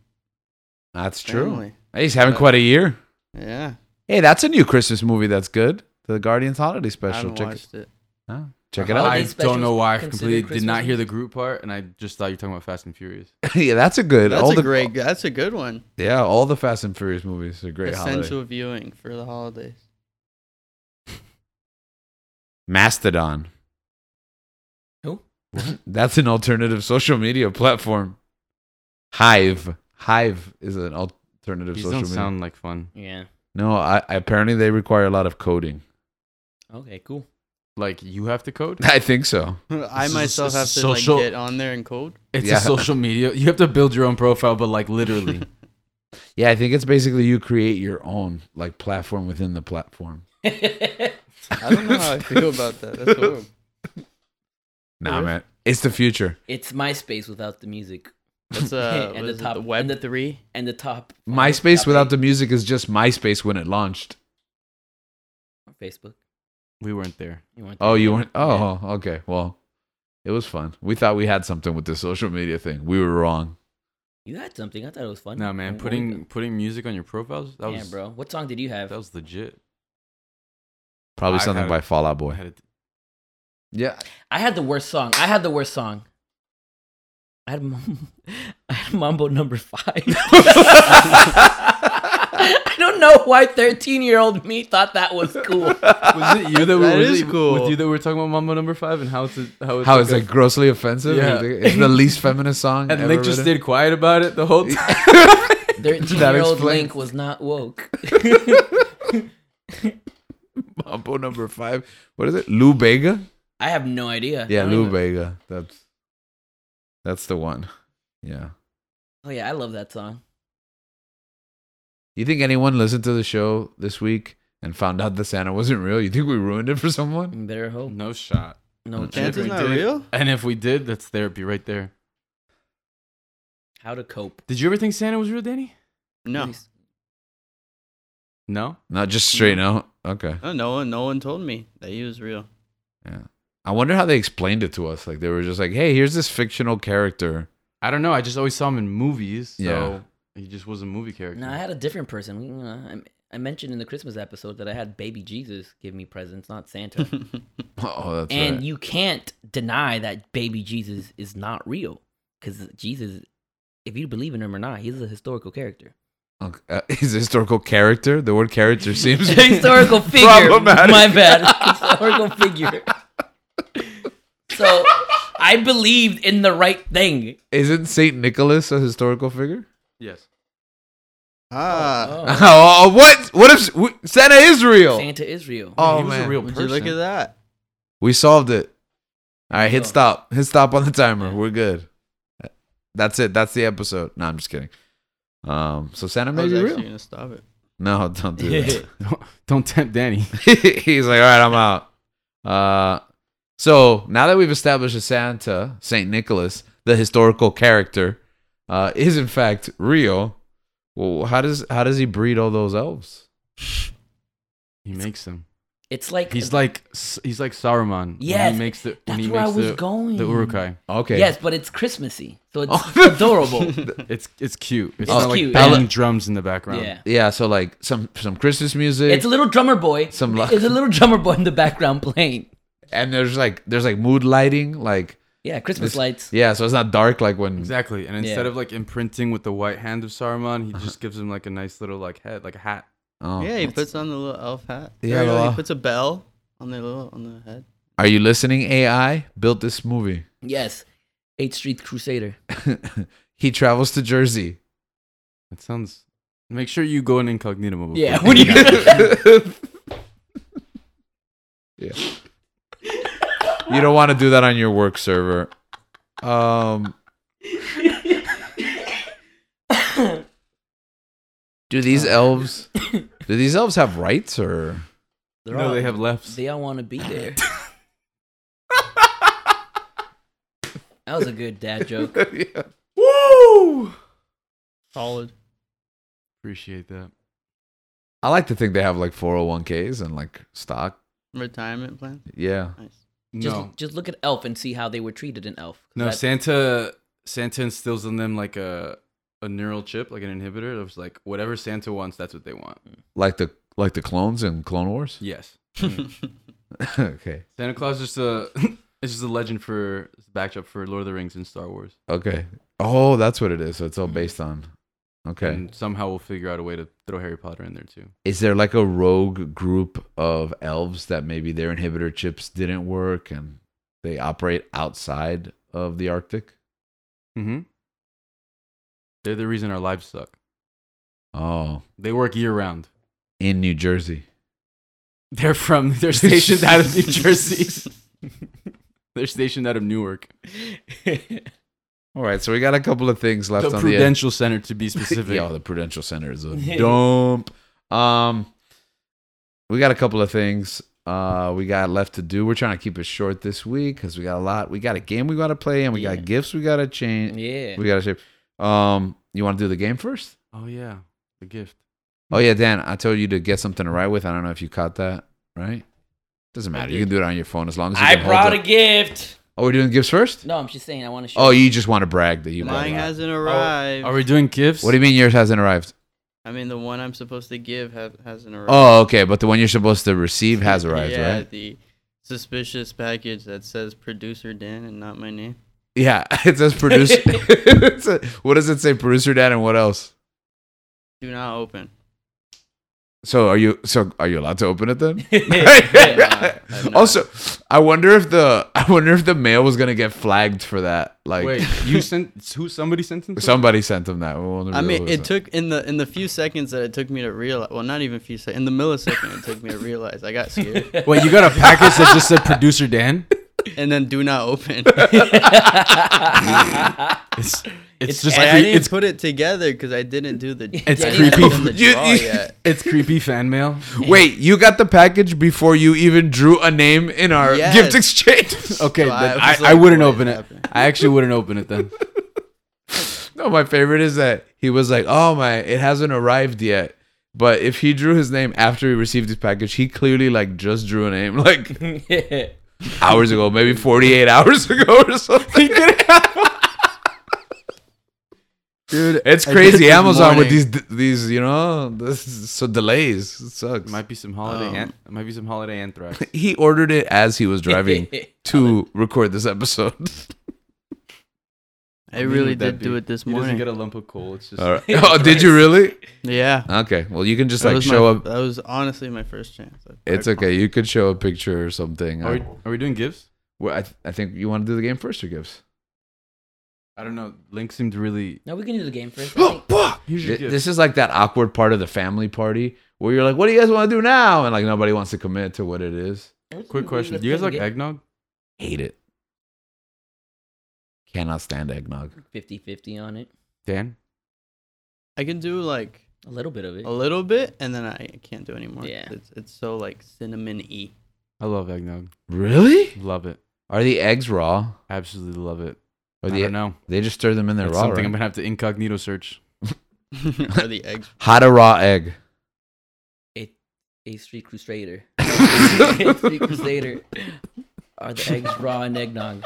That's true.
Family.
Hey, he's having quite a year.
Yeah.
Hey, that's a new Christmas movie that's good. The Guardians Holiday
I
Special.
haven't
Check it,
watched it.
huh? Check it
Are
out.
they
I don't know why I
specials
completely
considered
did not
Christmas
hear the group part, and I just thought you were talking about Fast and Furious.
*laughs* yeah, that's a good.
That's
all
a
the
great. That's a good one.
Yeah, all the Fast and Furious movies are great.
Essential
Holiday.
viewing for the holidays. *laughs*
Mastodon.
Who?
That's an alternative social media platform. Hive. Hive is an alternative
These
social
don't
media.
sound like fun.
Yeah.
no, I, I- apparently they require a lot of coding. *laughs*
Okay, cool.
Like you have to code.
I think so.
I
This is-
myself have
this is
to like
social-
get on there and code.
It's
Yeah.
a social media. You have to build your own profile, but
*laughs*
like literally,
Yeah, I think it's basically you create your own like platform within the platform.
*laughs* I don't know how I feel about
*laughs*
that. That's horrible.
Nah,
Oh, Really?
man, it's the future.
*laughs* it's MySpace without the music
That's uh,
And
what
the
is it,
top-
the web
and the-
three.
and the top.
MySpace
top
without the
eight
music is just MySpace when it launched.
on Facebook.
we weren't there.
You weren't
Oh,
there.
you weren't. Oh, okay. Well, it was fun. We thought we had something with the social media thing. We were wrong.
you had something. I thought it was fun.
No man, putting putting music on your profiles that
Damn,
was
bro. What song did you have?
that was legit.
Probably
I
something
had-
by Fallout
I
Boy.
had to-
Yeah,
I had the worst song. I had the worst song. I had, mum- *laughs* I had Mambo number five. *laughs* I don't know why 13 year old me thought that was cool.
Was it you *laughs* that we
*laughs*
That
was
is
it
cool.
with you that we were talking about Mambo Number Five and how it's a, how it's
How
like
is
a-
that grossly offensive?
Yeah.
It's the least feminist song.
and
ever
Link just
written.
stayed quiet about it the whole time.
13 year old
explains-
Link was not woke. *laughs*
Mambo number five. What is it? Lou Bega.
I have no idea. I
Yeah,
don't
Lou
even-
Bega. That's that's the one. Yeah.
Oh, yeah, I love that song.
You think anyone listened to the show this week and found out that Santa wasn't real? You think we ruined it for someone?
Better hope.
*laughs* No shot.
No
That's
chance.
Santa's
we
not
did.
real.
And if we did, that's therapy right there.
How to cope.
Did you ever think Santa was real, Danny?
No,
No.
Not just straight out. Okay.
no, Oh, no one, no one told me that he was real.
I wonder how they explained it to us. Like they were just like, "Hey, here's this fictional character." *laughs*
I don't know. I just always saw him in movies. So
Yeah.
he just was a movie character.
No, I had a different person. You know, I, I mentioned in the Christmas episode that I had baby Jesus give me presents,
*laughs*
not
*laughs*
Santa.
Oh, that's
and
right.
you can't deny that baby Jesus is not real because Jesus, if you believe in him or not, he's a
*laughs*
historical character, *laughs*
Okay. Uh, he's a historical character. The word character seems
*laughs* historical figure.
Problematic.
My bad, historical figure. So I believed in the right thing.
*laughs* Isn't Saint Nicholas a historical figure?
yes.
Ah,
Oh,
*laughs* Oh, what? What if w- Santa is real?
Santa is real.
Oh
he was
man,
a real
would
person.
you look at that?
we solved it. All right, hit
Oh.
stop. Hit stop on the timer. We're good. Uh, That's it. That's the episode. No, I'm just kidding. Um, so Santa
I
may
was
be
actually
real.
gonna stop it.
No, don't
*laughs*
do that.
Don't, *laughs* don't tempt
*laughs*
Danny.
He's like, all right, I'm out. Uh, so now that we've established that Santa, Saint Nicholas, the historical character, uh, is in fact real, well, how does how does he breed all those elves?
He makes them.
It's like
He's like s- he's like Saruman. Yeah.
Yes,
He makes the. when
that's
he
where I
makes
was
the,
going.
The Urukai.
Okay.
Yes, but it's Christmassy, so it's
*laughs*
Oh.
adorable.
It's it's cute. It's,
It's
not
cute,
like banging
yeah.
drums in the background.
yeah.
Yeah. So like some some Christmas music.
It's a little drummer boy.
Some luck.
There's a little drummer boy in the background playing.
and there's like there's like mood lighting like
Yeah, Christmas
This-
lights.
yeah so it's not dark like when
Exactly. And instead
Mm. Yeah.
of like imprinting with the white hand of Saruman, he just gives him like a nice little like head, like a hat.
oh.
Yeah, he puts on the little elf hat.
Yeah, the
Or, like,
little-
he puts a bell on the little on the head.
are you listening ai built this movie *laughs*
Yes. 8th Street Crusader.
he travels to jersey
*laughs*
That sounds. Make sure you go in incognito mode.
Yeah,
before
when you-
do that.
You don't want to do that on your work server. Um, do these *laughs* elves? Do these elves have rights *laughs* or?
They're
No,
all-
they have lefts.
They all want to be
*laughs*
there. that was a good
*laughs*
dad joke.
yeah.
Woo!
Solid.
Appreciate that.
I like to think they have like 401ks and like stock.
Retirement plan.
Yeah.
Nice.
*laughs*
Just,
No,
just look at Elf and see how they were treated in Elf. 'Cause
no.
that-
Santa, Santa instills in them like a a neural chip, like an inhibitor. It was like whatever Santa wants, that's what they want.
Mm.
Like the like the clones in Clone Wars. *laughs*
Yes.
*laughs*
Mm.
*laughs*
okay.
Santa Claus is just a *laughs* it's just a legend for it's a backdrop for Lord of the Rings and Star Wars.
Okay. Oh, that's what it is. So it's all based on. Okay.
And somehow we'll figure out a way to throw Harry Potter in there too.
Is there like a rogue group of elves that maybe their inhibitor chips didn't work and they operate outside of the Arctic?
Mm-hmm. They're the reason our lives suck.
Oh,
They work year round.
in New Jersey.
*laughs* They're from *laughs* they're stationed out of New Jersey. *laughs* they're stationed out of Newark.
All right, so we got a couple of things left
the
on
*laughs* Prudential Center to be
the end.
specific.
Yeah, the Prudential Center is a dump. Um, we got a couple of things uh we got left to do. We're trying to keep it short this week because we got a lot. We got a game we got to play, and we
Yeah.
got gifts we got to change.
*laughs* yeah.
We got to shape. Um, you want to do the game first?
oh yeah. The gift.
Oh yeah, Dan, I told you to get something to write with. I don't know if you caught that, right? Doesn't matter. You can do it on your phone as long as you
I
can
brought a
hold it.
gift.
Oh, we're doing gifts first?
No, I'm just saying I want to show.
Oh,
*laughs*
you just want to brag that you brought
Mine
it.
hasn't arrived.
Are we doing gifts?
What do you mean yours hasn't arrived?
I mean, the one I'm supposed to give have, hasn't arrived.
Oh, okay, but the one you're supposed to receive
*laughs*
has arrived,
yeah,
right?
the suspicious package that says producer Dan and not my name.
Yeah, *laughs* it says producer.
*laughs*
It's a- what does it say, producer dad, and what else?
Do not open.
So are you? So are you allowed to open it then? *laughs*
*laughs* Yeah, I'm not.
also, I wonder if the *laughs* I wonder if the mail was gonna get flagged for that. Like
Wait, *laughs* you sent who somebody sent them? to?
somebody sent them that. We'll never
I mean,
realize
it took in the in the few seconds that it took me to realize. Well, not even few seconds. In the millisecond it took me to realize. I
*laughs*
got scared.
Wait, you got a package that just *laughs* said producer Dan?
and then do not open.
It's,
It's
it's, just
And I
cre- *laughs*
didn't
it's
put it together because I didn't do the.
It's
I didn't
creepy.
open the
You-
drawer
you-
yet.
it's creepy fan mail.
*laughs* Wait, you got the package before you even drew a name in our
Yes.
gift
*laughs*
exchange?
Okay,
So I
then
was
I, I,
like,
wouldn't
what is
open it.
happening?
I actually wouldn't open it then.
no, my favorite is that he was like, "Oh my, it hasn't arrived yet." But if he drew his name after he received his package, he clearly like just drew a name *laughs* like
*laughs*
*laughs*
hours ago, maybe 48 *laughs* hours ago or something.
*laughs* Dude,
It's
I did it
crazy
this
Amazon with
morning.
these these, you know, this is- so delays. It sucks.
might be some holiday
Um,
an- it might be some holiday anthrax.
he ordered it as he was driving
*laughs*
to record this episode.
I
mean,
really
would that
did do
be-
it this
He doesn't
morning.
get a lump of coal. It's just
All
*laughs*
right. Oh, did you really?
yeah.
Okay. Well, you can just
That
like
was
show
my,
up.
That was honestly my first chance.
It's okay. You could show a picture or something.
Are we,
I,
are we doing gifts?
well, I, th- I think you want to do the game first or gifts?
I don't know. Link seemed *gasps* really.
*laughs* no, we can do the
*gasps*
game first. I think-
Th-
Here's your gift.
this is like that awkward part of the family party where you're like, "What do you guys want to do now?" And like nobody wants to commit to what it is.
Quick question: Do you guys like eggnog?
Hate it. Cannot stand eggnog.
50-50 on it?
Dan,
I can do like
A little bit of it.
Oh.
a little bit, and then I can't do anymore.
Yeah.
It's it's so like cinnamon *laughs* y.
I love eggnog.
Really?
Love it.
Are the eggs raw?
Absolutely love it.
Or
I
the e,
don't know.
they just stir them in there
That's
raw?
something I'm
right?
gonna have to incognito search.
or the eggs.
How to raw egg?
A Street
*laughs*
Crusader. A Street Crusader. Are the eggs raw
*laughs*
and eggnog?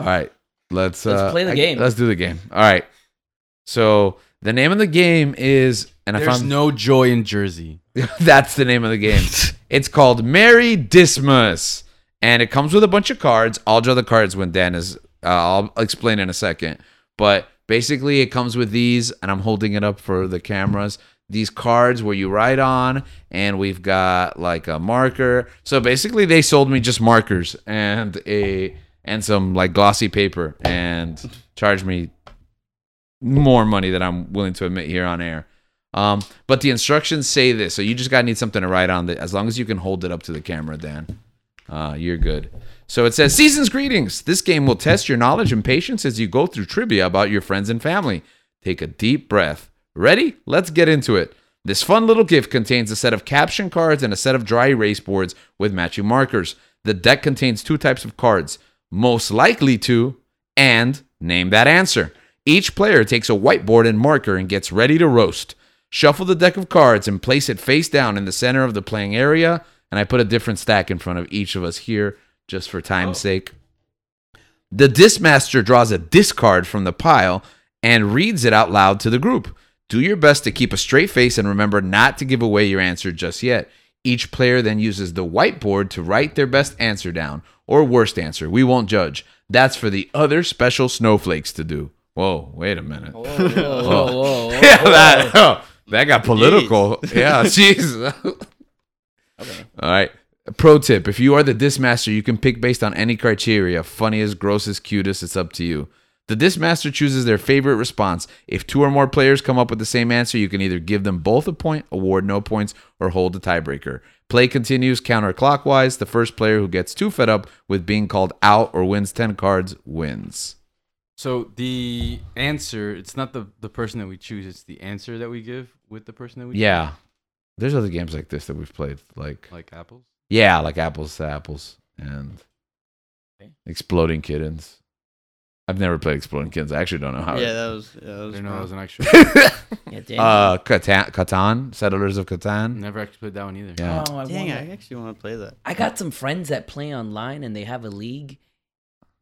All right, let's
Let's
uh,
play the game.
Let's do the game. All right. So the name of the game is, and I
There's
found
no joy in Jersey.
*laughs* that's the name of the game. it's called Merry Dismas, and it comes with a bunch of cards. I'll draw the cards when Dan is. Uh, I'll explain in a second, but basically it comes with these, and I'm holding it up for the cameras. These cards where you write on, and we've got like a marker. So basically, they sold me just markers and a and some like glossy paper, and charged me more money than I'm willing to admit here on air. Um, but the instructions say this, so you just gotta need something to write on. That as long as you can hold it up to the camera, Dan, uh, you're good. So it says, "Season's greetings. This game will test your knowledge and patience as you go through trivia about your friends and family. Take a deep breath. Ready? Let's get into it." This fun little gift contains a set of caption cards and a set of dry erase boards with matching markers. The deck contains two types of cards most likely to and name that answer. Each player takes a whiteboard and marker and gets ready to roast. Shuffle the deck of cards and place it face down in the center of the playing area. And I put a different stack in front of each of us here just for time's sake. The Dismaster draws a discard from the pile and reads it out loud to the group. Do your best to keep a straight face and remember not to give away your answer just yet. Each player then uses the whiteboard to write their best answer down or worst answer. We won't judge. That's for the other special snowflakes to do. Whoa, wait a minute.
Whoa, whoa,
Oh.
whoa,
*laughs*
whoa, *laughs* whoa.
yeah, that, that got political. Yeah, jeez.
Okay.
All right. Pro tip if you are the dismaster, you can pick based on any criteria funniest, grossest, cutest. It's up to you. The dismaster chooses their favorite response. If two or more players come up with the same answer, you can either give them both a point, award no points, or hold a tiebreaker. Play continues counterclockwise. The first player who gets too fed up with being called out or wins 10 cards wins.
So the answer, it's not the, the person that we choose, it's the answer that we give with the person that we
Yeah. There's other games like this that we've played, like
choose, like apples.
Yeah, like apples to apples and
Okay.
exploding kittens. I've never played exploding kittens. I actually don't know how.
Yeah, that was. Yeah, that
I
was
didn't know that
wrong.
was
*laughs*
an actual.
Yeah, dang.
uh, Catan, Catan, Settlers of Catan.
Never actually played that one either.
Yeah.
oh, I
Dang,
wanna-
I actually want to play that.
I got some friends that play online and they have a league,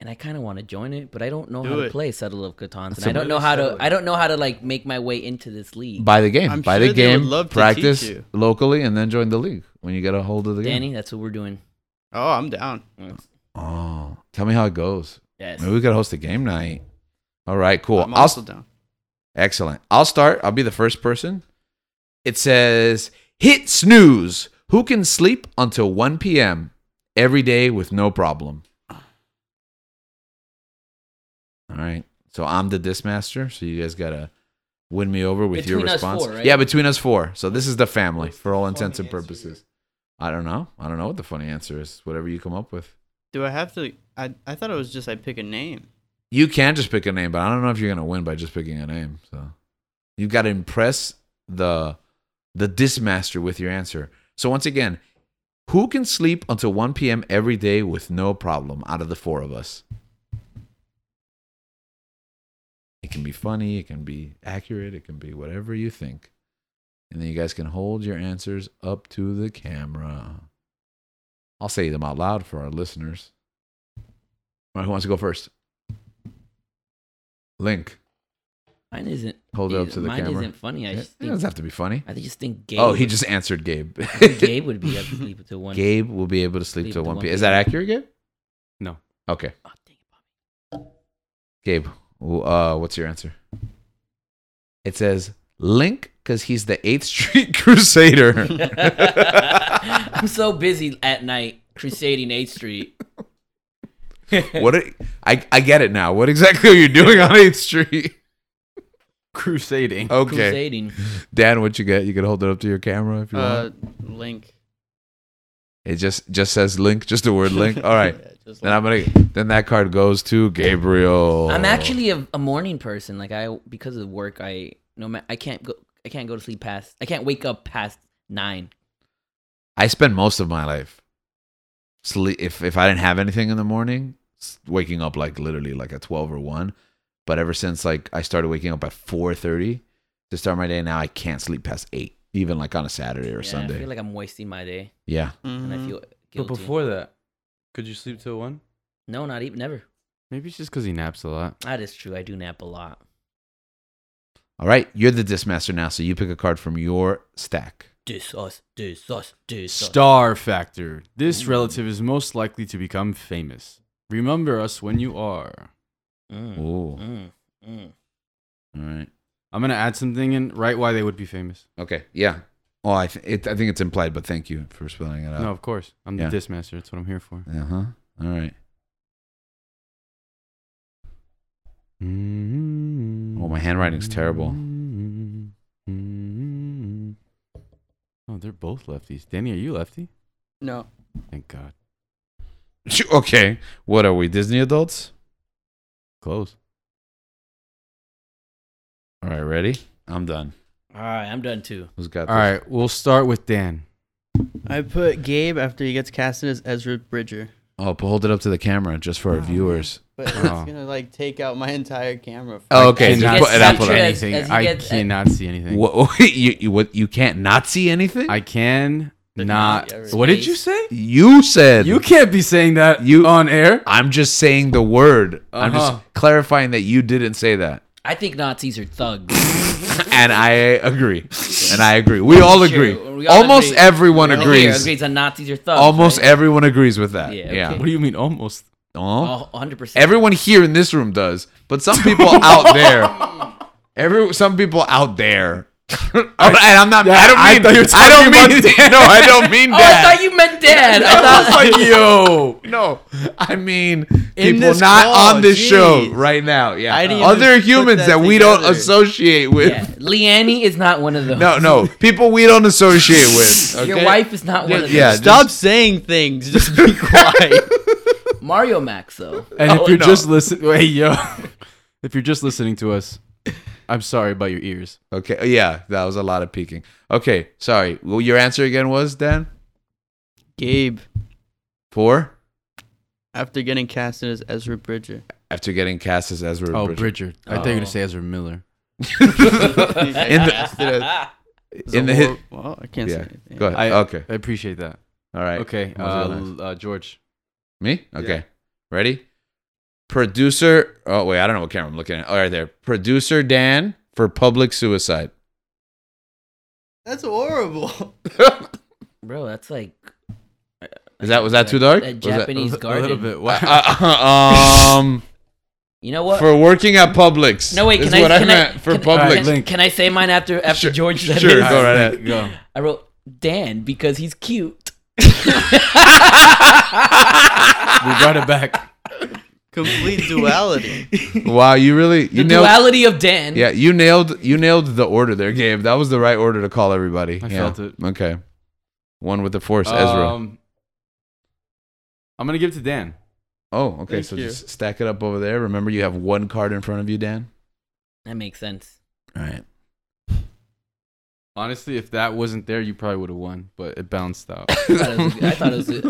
and I kind of want to join it, but I don't know
Do
how to
it.
play Settle of Catan, and
So
I don't
what
know
is
how to.
Settle?
I don't know how to like make my way into this league.
Buy the game.
I'm
Buy the
sure they would
game.
love to teach
practice
you.
locally and then join the league when you get a hold of the game.
Danny, that's what we're doing.
Oh, I'm down.
Oh, tell me how it goes.
Yes.
Maybe we could host a game night. All right, cool.
I'm
I'll-
also down.
Excellent. I'll start. I'll be the first person. It says, hit snooze. Who can sleep until 1 p.m. every day with no problem? All right. So I'm the dismaster. So you guys got to win me over with your
Between us
response.
four, right?
Yeah, between us four. So this is the family
What's
for
the
all
funny
intents and
answer?
purposes. I don't know. I don't know what the funny answer is. Whatever you come up with.
Do I have to? I I thought it was just I pick a name.
You can just pick a name, but I don't know if you're gonna win by just picking a name. So you've got to impress the the dismaster with your answer. So once again, who can sleep until 1 p.m. every day with no problem out of the four of us? It can be funny, it can be accurate, it can be whatever you think. And then you guys can hold your answers up to the camera. I'll say them out loud for our listeners. All right, who wants to go first? Link.
Mine isn't. e-
Hold it up to the
mine
camera.
isn't funny. I
It
just
it
think.
doesn't have to be funny.
I just think Gabe.
Oh, he
*laughs*
just *laughs* answered Gabe.
I think Gabe would be up to sleep until one.
*laughs* Gabe will be able to sleep
Sleep
till
till
1
1
p.m. Is that accurate, Gabe?
No.
Okay.
Oh, dang it, Bobby.
Gabe, wh- uh, what's your answer? It says Link because he's the 8th Street *laughs* Crusader.
*laughs* I'm so busy at night crusading
*laughs*
8th Street.
what? Are, I, I get it now. What exactly are you doing on 8th Street?
*laughs*
*laughs*
Crusading.
Okay.
Crusading.
Dan, what you get? You can hold it up to your camera if you
Uh,
want.
Link.
It just just says Link, just the word
*laughs*
Link. All right.
*laughs* Yeah, just
Then I'm
Link.
gonna. Then that card goes to Gabriel.
I'm actually a, a morning person. Like I because of work, I no ma- I can't go I can't go to sleep past I can't wake up past 9.
I spend most of my life sleep. If if I didn't have anything in the morning, s- waking up like literally like at twelve or one. But ever since like I started waking up at four thirty to start my day, now I can't sleep past eight, even like on a Saturday or
Yeah, I
Sunday.
feel like I'm wasting my day
yeah,
and I
Mhm.
feel
Mm-hmm. But
guilty.
before that, could you sleep till one?
No, not even never.
Maybe it's just because he naps a lot.
That is true. I do nap a lot.
all right. You're the dismaster now, so you pick a card from your stack.
This us, this us, this us.
Star Factor. This relative is most likely to become famous. Remember us when you are.
Mm,
Ooh,
mm, mm.
all right.
I'm gonna add something in right why they would be famous.
Okay, yeah. Oh, I th- it, I think it's implied, but thank you for spelling it out.
No, of course. I'm
Yeah.
the dismaster. That's what I'm here for.
Uh huh. All right. *laughs*
Oh,
my handwriting's terrible.
Mm-hmm. Oh, they're both lefties. Danny, are you lefty?
No,
Thank God.
Okay, what are we, Disney adults?
Close.
All right, ready? I'm done.
All right, I'm done too.
Who's got
All right, we'll start with Dan.
I put Gabe after he gets casted as Ezra Bridger,
Oh, but hold it up to the camera just
Oh,
for our viewers.
but it's
Oh.
gonna like take out my entire camera.
Oh, okay.
I
just
cannot
put- and I
see
put it up.
As-
anything.
as you
I
get-
cannot see
*laughs*
anything.
What, oh, you, you, what, you can't not see anything?
I can
But
not.
not
What did
space.
you say?
you said.
You can't be saying that
You-
you on air.
I'm just saying the word. I'm
Uh-huh.
just clarifying that you didn't say that.
I think Nazis
*laughs*
are thugs.
and I agree. And I agree. We all
Sure,
agree.
we all
Almost
agree.
everyone
Everyone here
agrees.
agrees that Nazis are thugs.
Almost
right?
everyone agrees with that.
Yeah,
Yeah.
okay.
What do you mean almost?
Oh.
Oh, 100%.
Everyone here in this room does, but some people out there, every some people out there. and I'm not. I
I
don't
thought you
mean. I don't mean. *laughs*
were talking about
Dan. No, I don't mean
oh, I
that.
thought you meant
*laughs*
dad. I
I
thought
was like, yo. No, I mean people
this
not
call,
on this show
jeez.
right now. Yeah,
I didn't even
other
put
humans that,
that
we don't
together.
associate with.
yeah, Leanne is not one of
*laughs*
those.
No, no, people we don't associate
*laughs*
with. Okay?
Your wife is not one of those.
Yeah, just-
Stop saying things.
*laughs*
Just be quiet.
Mario Max, though.
And
Oh,
if you're
no.
just listening, hey yo, *laughs* if you're just listening to us, I'm sorry about your ears.
Okay, yeah, that was a lot of peeking. Okay, sorry. Well, your answer again was Dan
Gabe
four.
after getting casted as Ezra Bridger.
after getting cast as Ezra
Oh,
Bridger.
Bridger. I thought you were gonna say Ezra Miller.
in the, in the hit.
Well, I can't
Yeah,
say anything.
go ahead.
I-
okay,
I appreciate that.
all right.
Okay, uh,
What's your last?
uh, George.
me. Okay, ready. Producer. Oh wait, I don't know what camera I'm looking at. All right, there. Producer Dan for public suicide.
That's horrible.
*laughs*
*laughs*
Bro, that's like.
Is that was that too dark?
That
Was that- *laughs*
Japanese
a,
garden.
A little bit. Wow.
Uh, uh, um,
You know what?
for working at Publix.
no, wait,
is
can I,
what I
can,
meant
I,
for
can,
Publix.
Alright,
can,
Link.
can I say mine after, after
Sure,
George said
sure,
his?
go right ahead.
Go.
I wrote Dan because
*laughs*
he's cute.
We brought
*laughs*
it back.
Complete duality.
*laughs* Wow, you really you
The
nailed.
duality of Dan.
Yeah, you nailed you nailed the order there, Gabe. That was the right order to call everybody.
I
yeah.
felt it.
Okay. One with the force, Ezra.
Um, I'm gonna give it to Dan.
Oh, okay.
Thank
so
you.
just stack it up over there. Remember, you have one card in front of you, Dan.
That makes sense.
All right.
Honestly, if that wasn't there, you probably would have won, but it
*laughs*
bounced out.
I thought it was good.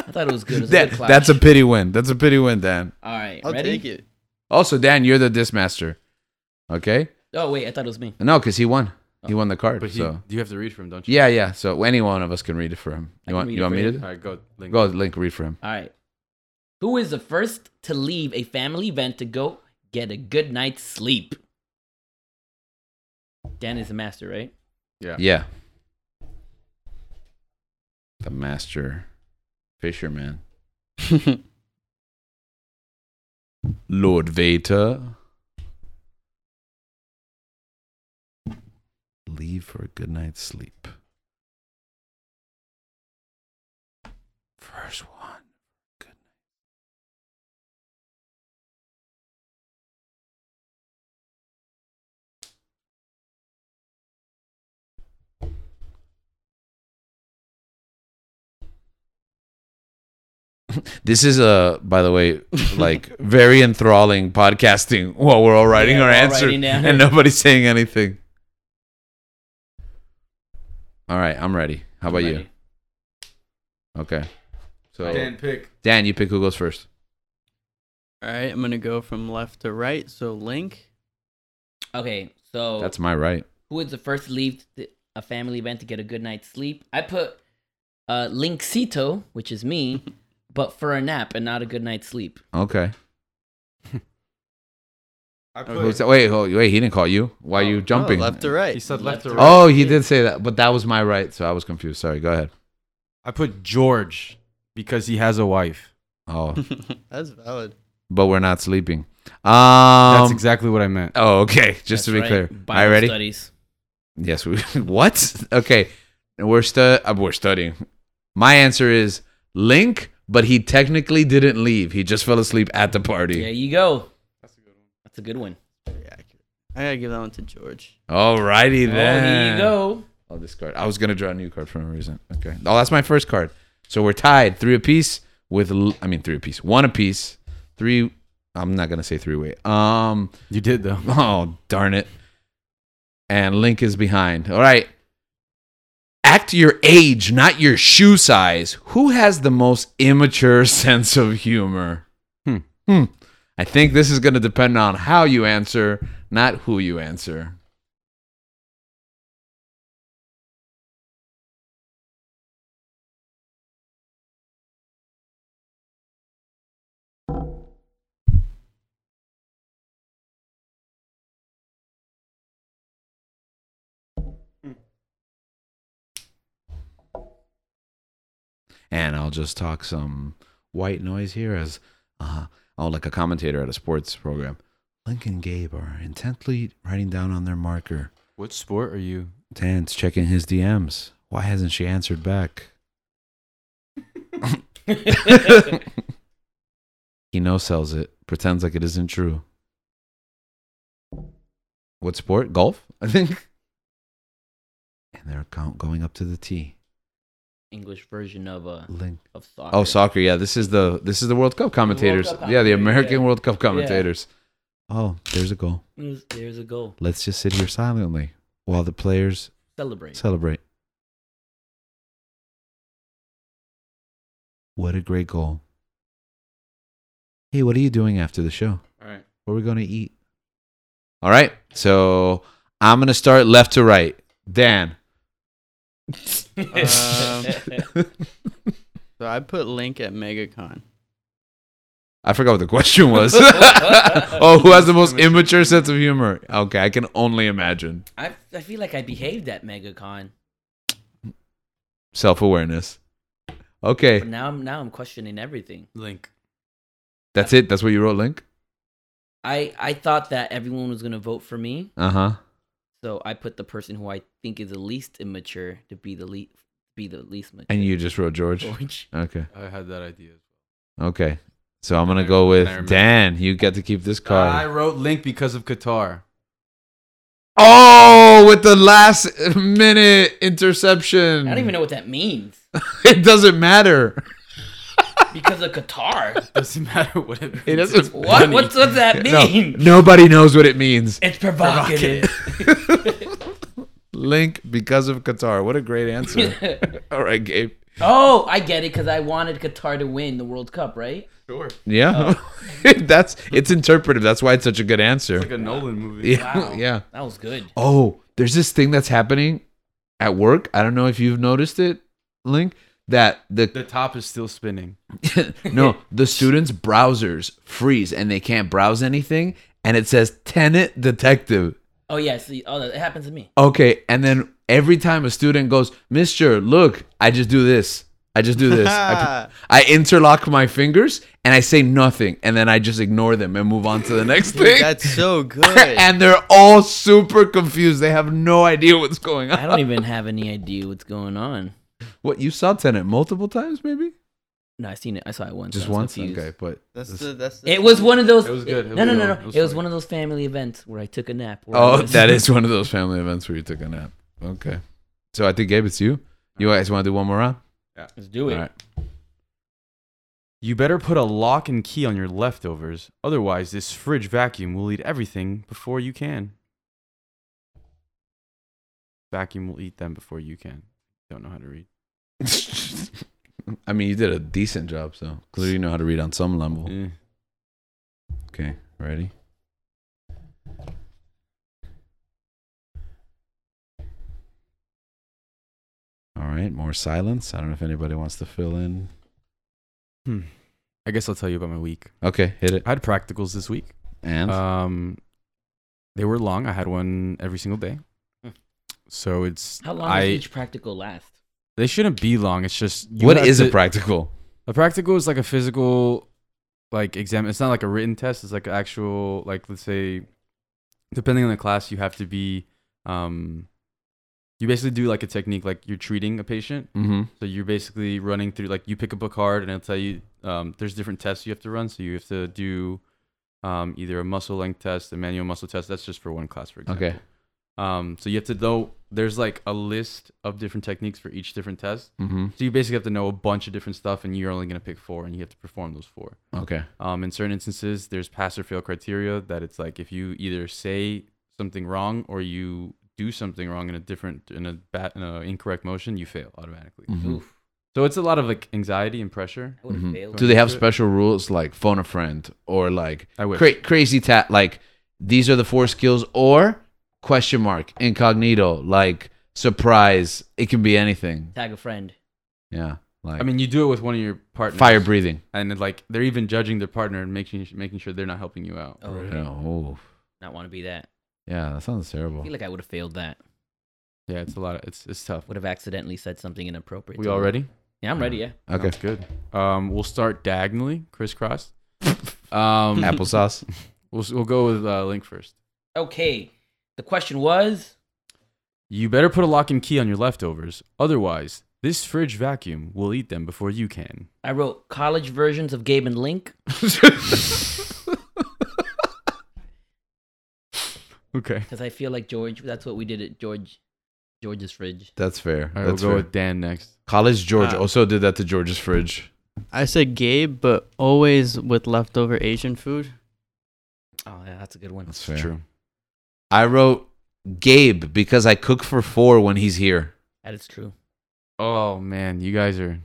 I thought it was good. I thought it was good. It was a
That,
good clash.
that's a pity win. That's a pity win, Dan.
All right,
I'll
ready?
take it.
Also, Dan, you're the dismaster. Okay.
Oh wait, I thought it was me.
No, because he won.
Oh.
He won the card.
But he,
so
you have to read for him, don't you?
yeah, yeah. So any one of us can read it for him. You
I can
want
read
you
it
want
for
me
you.
to?
All right, go. Link.
Go, Link. Read for him.
All right. Who is the first to leave a family event to go get a good night's sleep? Dan is the master, right?
Yeah.
Yeah. The master fisherman, *laughs* Lord Vader. Leave for a good night's sleep. First one. Good night. This is a, by the way, like very enthralling podcasting *laughs* while we're all writing
Yeah,
our
we're all
answer
writing down.
and nobody's saying anything. All right, I'm ready. How about you?
Ready.
Okay. So
Dan, pick.
Dan, you pick who goes first.
*laughs* All right, I'm gonna go from left to right. So Link,
Okay, so
That's my right.
who is the first to leave th- a family event to get a good night's sleep? I put uh, Linkcito, which
*laughs*
is me, but for a nap and not a good night's sleep.
Okay.
I
Who's that? Wait, hold- wait, he didn't call you. Why are you jumping?
Oh, left to right.
He said left, or
Left.
right.
Oh, he did say that, but that was my right, so I was confused. Sorry, go ahead.
I put George because he has a wife.
*laughs*
Oh,
That's valid.
but we're not sleeping. Um,
That's exactly what I meant.
oh, okay. Just
That's
to be
right,
clear. All right,
Bible
ready?
Studies.
Yes. We, *laughs* what? Okay. We're stu- uh, We're studying. My answer is Link, but he technically didn't leave. He just fell asleep at the party.
There you go. That's a good one.
Very accurate. I gotta give that one to George.
*laughs*
*laughs* Alrighty
That's a good one. Oh,
then.
here you go.
I'll discard. I was gonna draw a new card for a reason. Okay. Oh, that's my first card. So we're tied, three apiece with. l- I mean, three apiece, one apiece, three. I'm not gonna say three way. Um.
You did though.
*laughs* Oh darn it! And Link is behind. All right. Act your age, not your shoe size. Who has the most immature *laughs* sense of humor?
Hmm.
Hmm. I think this is going to depend on how you answer, not who you answer. and I'll just talk some white noise here as uh, oh, like a commentator at a sports program. Lincoln Gabe are intently writing down on their marker.
What sport are you?
Tance checking his DMs. Why hasn't she answered back? he no sells it, pretends like it isn't true. What sport? Golf, I think. And they're count going up to the tee.
English version of uh
Link.
of soccer.
Oh, soccer. Yeah, this is the this is the World Cup commentators.
Cup
yeah, the
commentators,
American
yeah.
World Cup commentators. Oh, there's a goal.
There's- There's a goal.
Let's just sit here silently while the players
Celebrate. *laughs*
celebrate. What a great goal. Hey, what are you doing after the show?
All right.
What are we going to eat? All right. So, I'm going to start left to right. Dan.
Um, So I put Link at MegaCon.
I forgot what the question was. oh, who has the most immature sense of humor? Okay, I can only imagine.
I I feel like I behaved at MegaCon,
Self awareness. Okay,
but now I'm now I'm questioning everything.
Link.
that's it. That's what you wrote, Link?
I I thought that everyone was gonna vote for me,
Uh huh.
so I put the person who I think is the least immature to be the least be the least mature.
And you just wrote George?
George.
Okay,
I had that idea.
okay. So I'm going
I-
to go
I
with
remember.
Dan. You get to keep this
I
card.
wrote Link because of Qatar.
Oh, with the last minute interception.
*laughs* I don't even know what that means
*laughs* It doesn't matter.
because of *laughs* Qatar.
Doesn't *laughs* matter what it means.
It doesn't.
what what does that
No,
mean?
nobody knows what it
*laughs*
means.
It's provocative.
Link because of Qatar. What a great
*laughs*
answer. All right, Gabe.
oh, I get it because I wanted Qatar to win the World Cup, right?
Sure.
Yeah.
Oh.
*laughs* That's it's interpretive. That's why it's such a good answer.
Like a Nolan movie.
*laughs* Yeah.
Wow.
Yeah.
That was good.
Oh, there's this thing that's happening at work. I don't know if you've noticed it, Link, that the
The top is still spinning.
*laughs*
no, the students' browsers freeze and they can't browse anything and it says tenant detective.
Oh yeah, see, oh that it happens to me.
Okay, and then every time a student goes, "Mister, look, I just do this. I just do this." I put-
*laughs*
I interlock my fingers and I say nothing, and then I just ignore them and move on to the next
Dude,
thing. *laughs*
that's so good.
and they're all super confused. They have no idea what's going
I
on.
don't even have any idea what's going on.
What you saw Tenant multiple times, maybe
No, I seen it. I saw it once.
just
I was
once.
confused.
Okay, but
that's
this-
the that's the
It was one of those.
It was good. It
no, no,
was good.
no, no.
It
It
was
was,
funny.
one of those family events where I took a nap. where I
oh,
was-
that is one of those family events where you took a nap. Okay, so I think Gabe, it's you. You guys want to do one more round? *laughs*
Let's do it.
All right.
You better put a lock and key on your leftovers. Otherwise, this fridge vacuum will eat everything before you can. Vacuum will eat them before you can. Don't know how to read.
I mean, you did a decent job, so clearly you know how to read on some level.
Eh.
Okay, ready? All right, more silence. I don't know if anybody wants to fill in.
Hmm. I guess I'll tell you about my week.
Okay, hit it.
I had practicals this week.
And
Um, they were long. I had one every single day.
Hmm.
So it's
How long
I,
does each practical last?
They shouldn't be long. It's just you
what
have
is
to-
a practical?
A practical is like a physical, like exam. It's not like a written test. It's like an actual, like let's say, depending on the class, you have to be, um, you basically do like a technique, like you're treating a patient.
Mm-hmm.
So you're basically running through, like you pick up a card and it'll tell you, um, there's different tests you have to run. So you have to do, um, either a muscle length test, a manual muscle test. That's just for one class, for example.
Okay.
Um, so you have to know there's like a list of different techniques for each different test.
Mm-hmm.
So you basically have to know a bunch of different stuff, and you're only gonna pick four, and you have to perform those four.
Okay.
Um, in certain instances, there's pass or fail criteria that it's like if you either say something wrong or you do something wrong in a different in a bat in an incorrect motion, you fail automatically.
Mhm.
Oof.
So it's a lot of like anxiety and pressure.
I would have
Mhm.
failed.
Do they have
Sure.
special rules like phone a friend or like
I wish.
cra- crazy tat? Like these are the four skills or question mark incognito like surprise. It can be anything.
Tag a friend.
Yeah. Like
I mean, you do it with one of your partners.
fire breathing.
and then, like they're even judging their partner and making making sure they're not helping you out.
Oh,
Yeah.
okay.
Oh.
not want to be that.
Yeah. That sounds
I
terrible.
feel like I would have failed that.
Yeah, it's a lot. Of, it's it's tough.
Would have accidentally said something inappropriate.
We
to
all
them.
ready?
Yeah, I'm ready. Yeah.
Okay.
Sounds good. Um, we'll start diagonally, crisscross. Um, *laughs*
Applesauce.
we'll we'll go with uh, Link first.
Okay. The question was.
You better put a lock and key on your leftovers, otherwise this fridge vacuum will eat them before you can.
I wrote college versions of Gabe and Link.
Okay.
because I feel like George. That's what we did at George, George's fridge.
That's fair.
All right,
That's
we'll go
fair.
with Dan next.
College George
Ah.
also did that to George's fridge.
I said Gabe, but always with leftover Asian food.
Oh yeah, that's a good one.
That's fair.
True.
I wrote Gabe because I cook for four when he's
*laughs*
here.
That is true.
Oh man, you guys are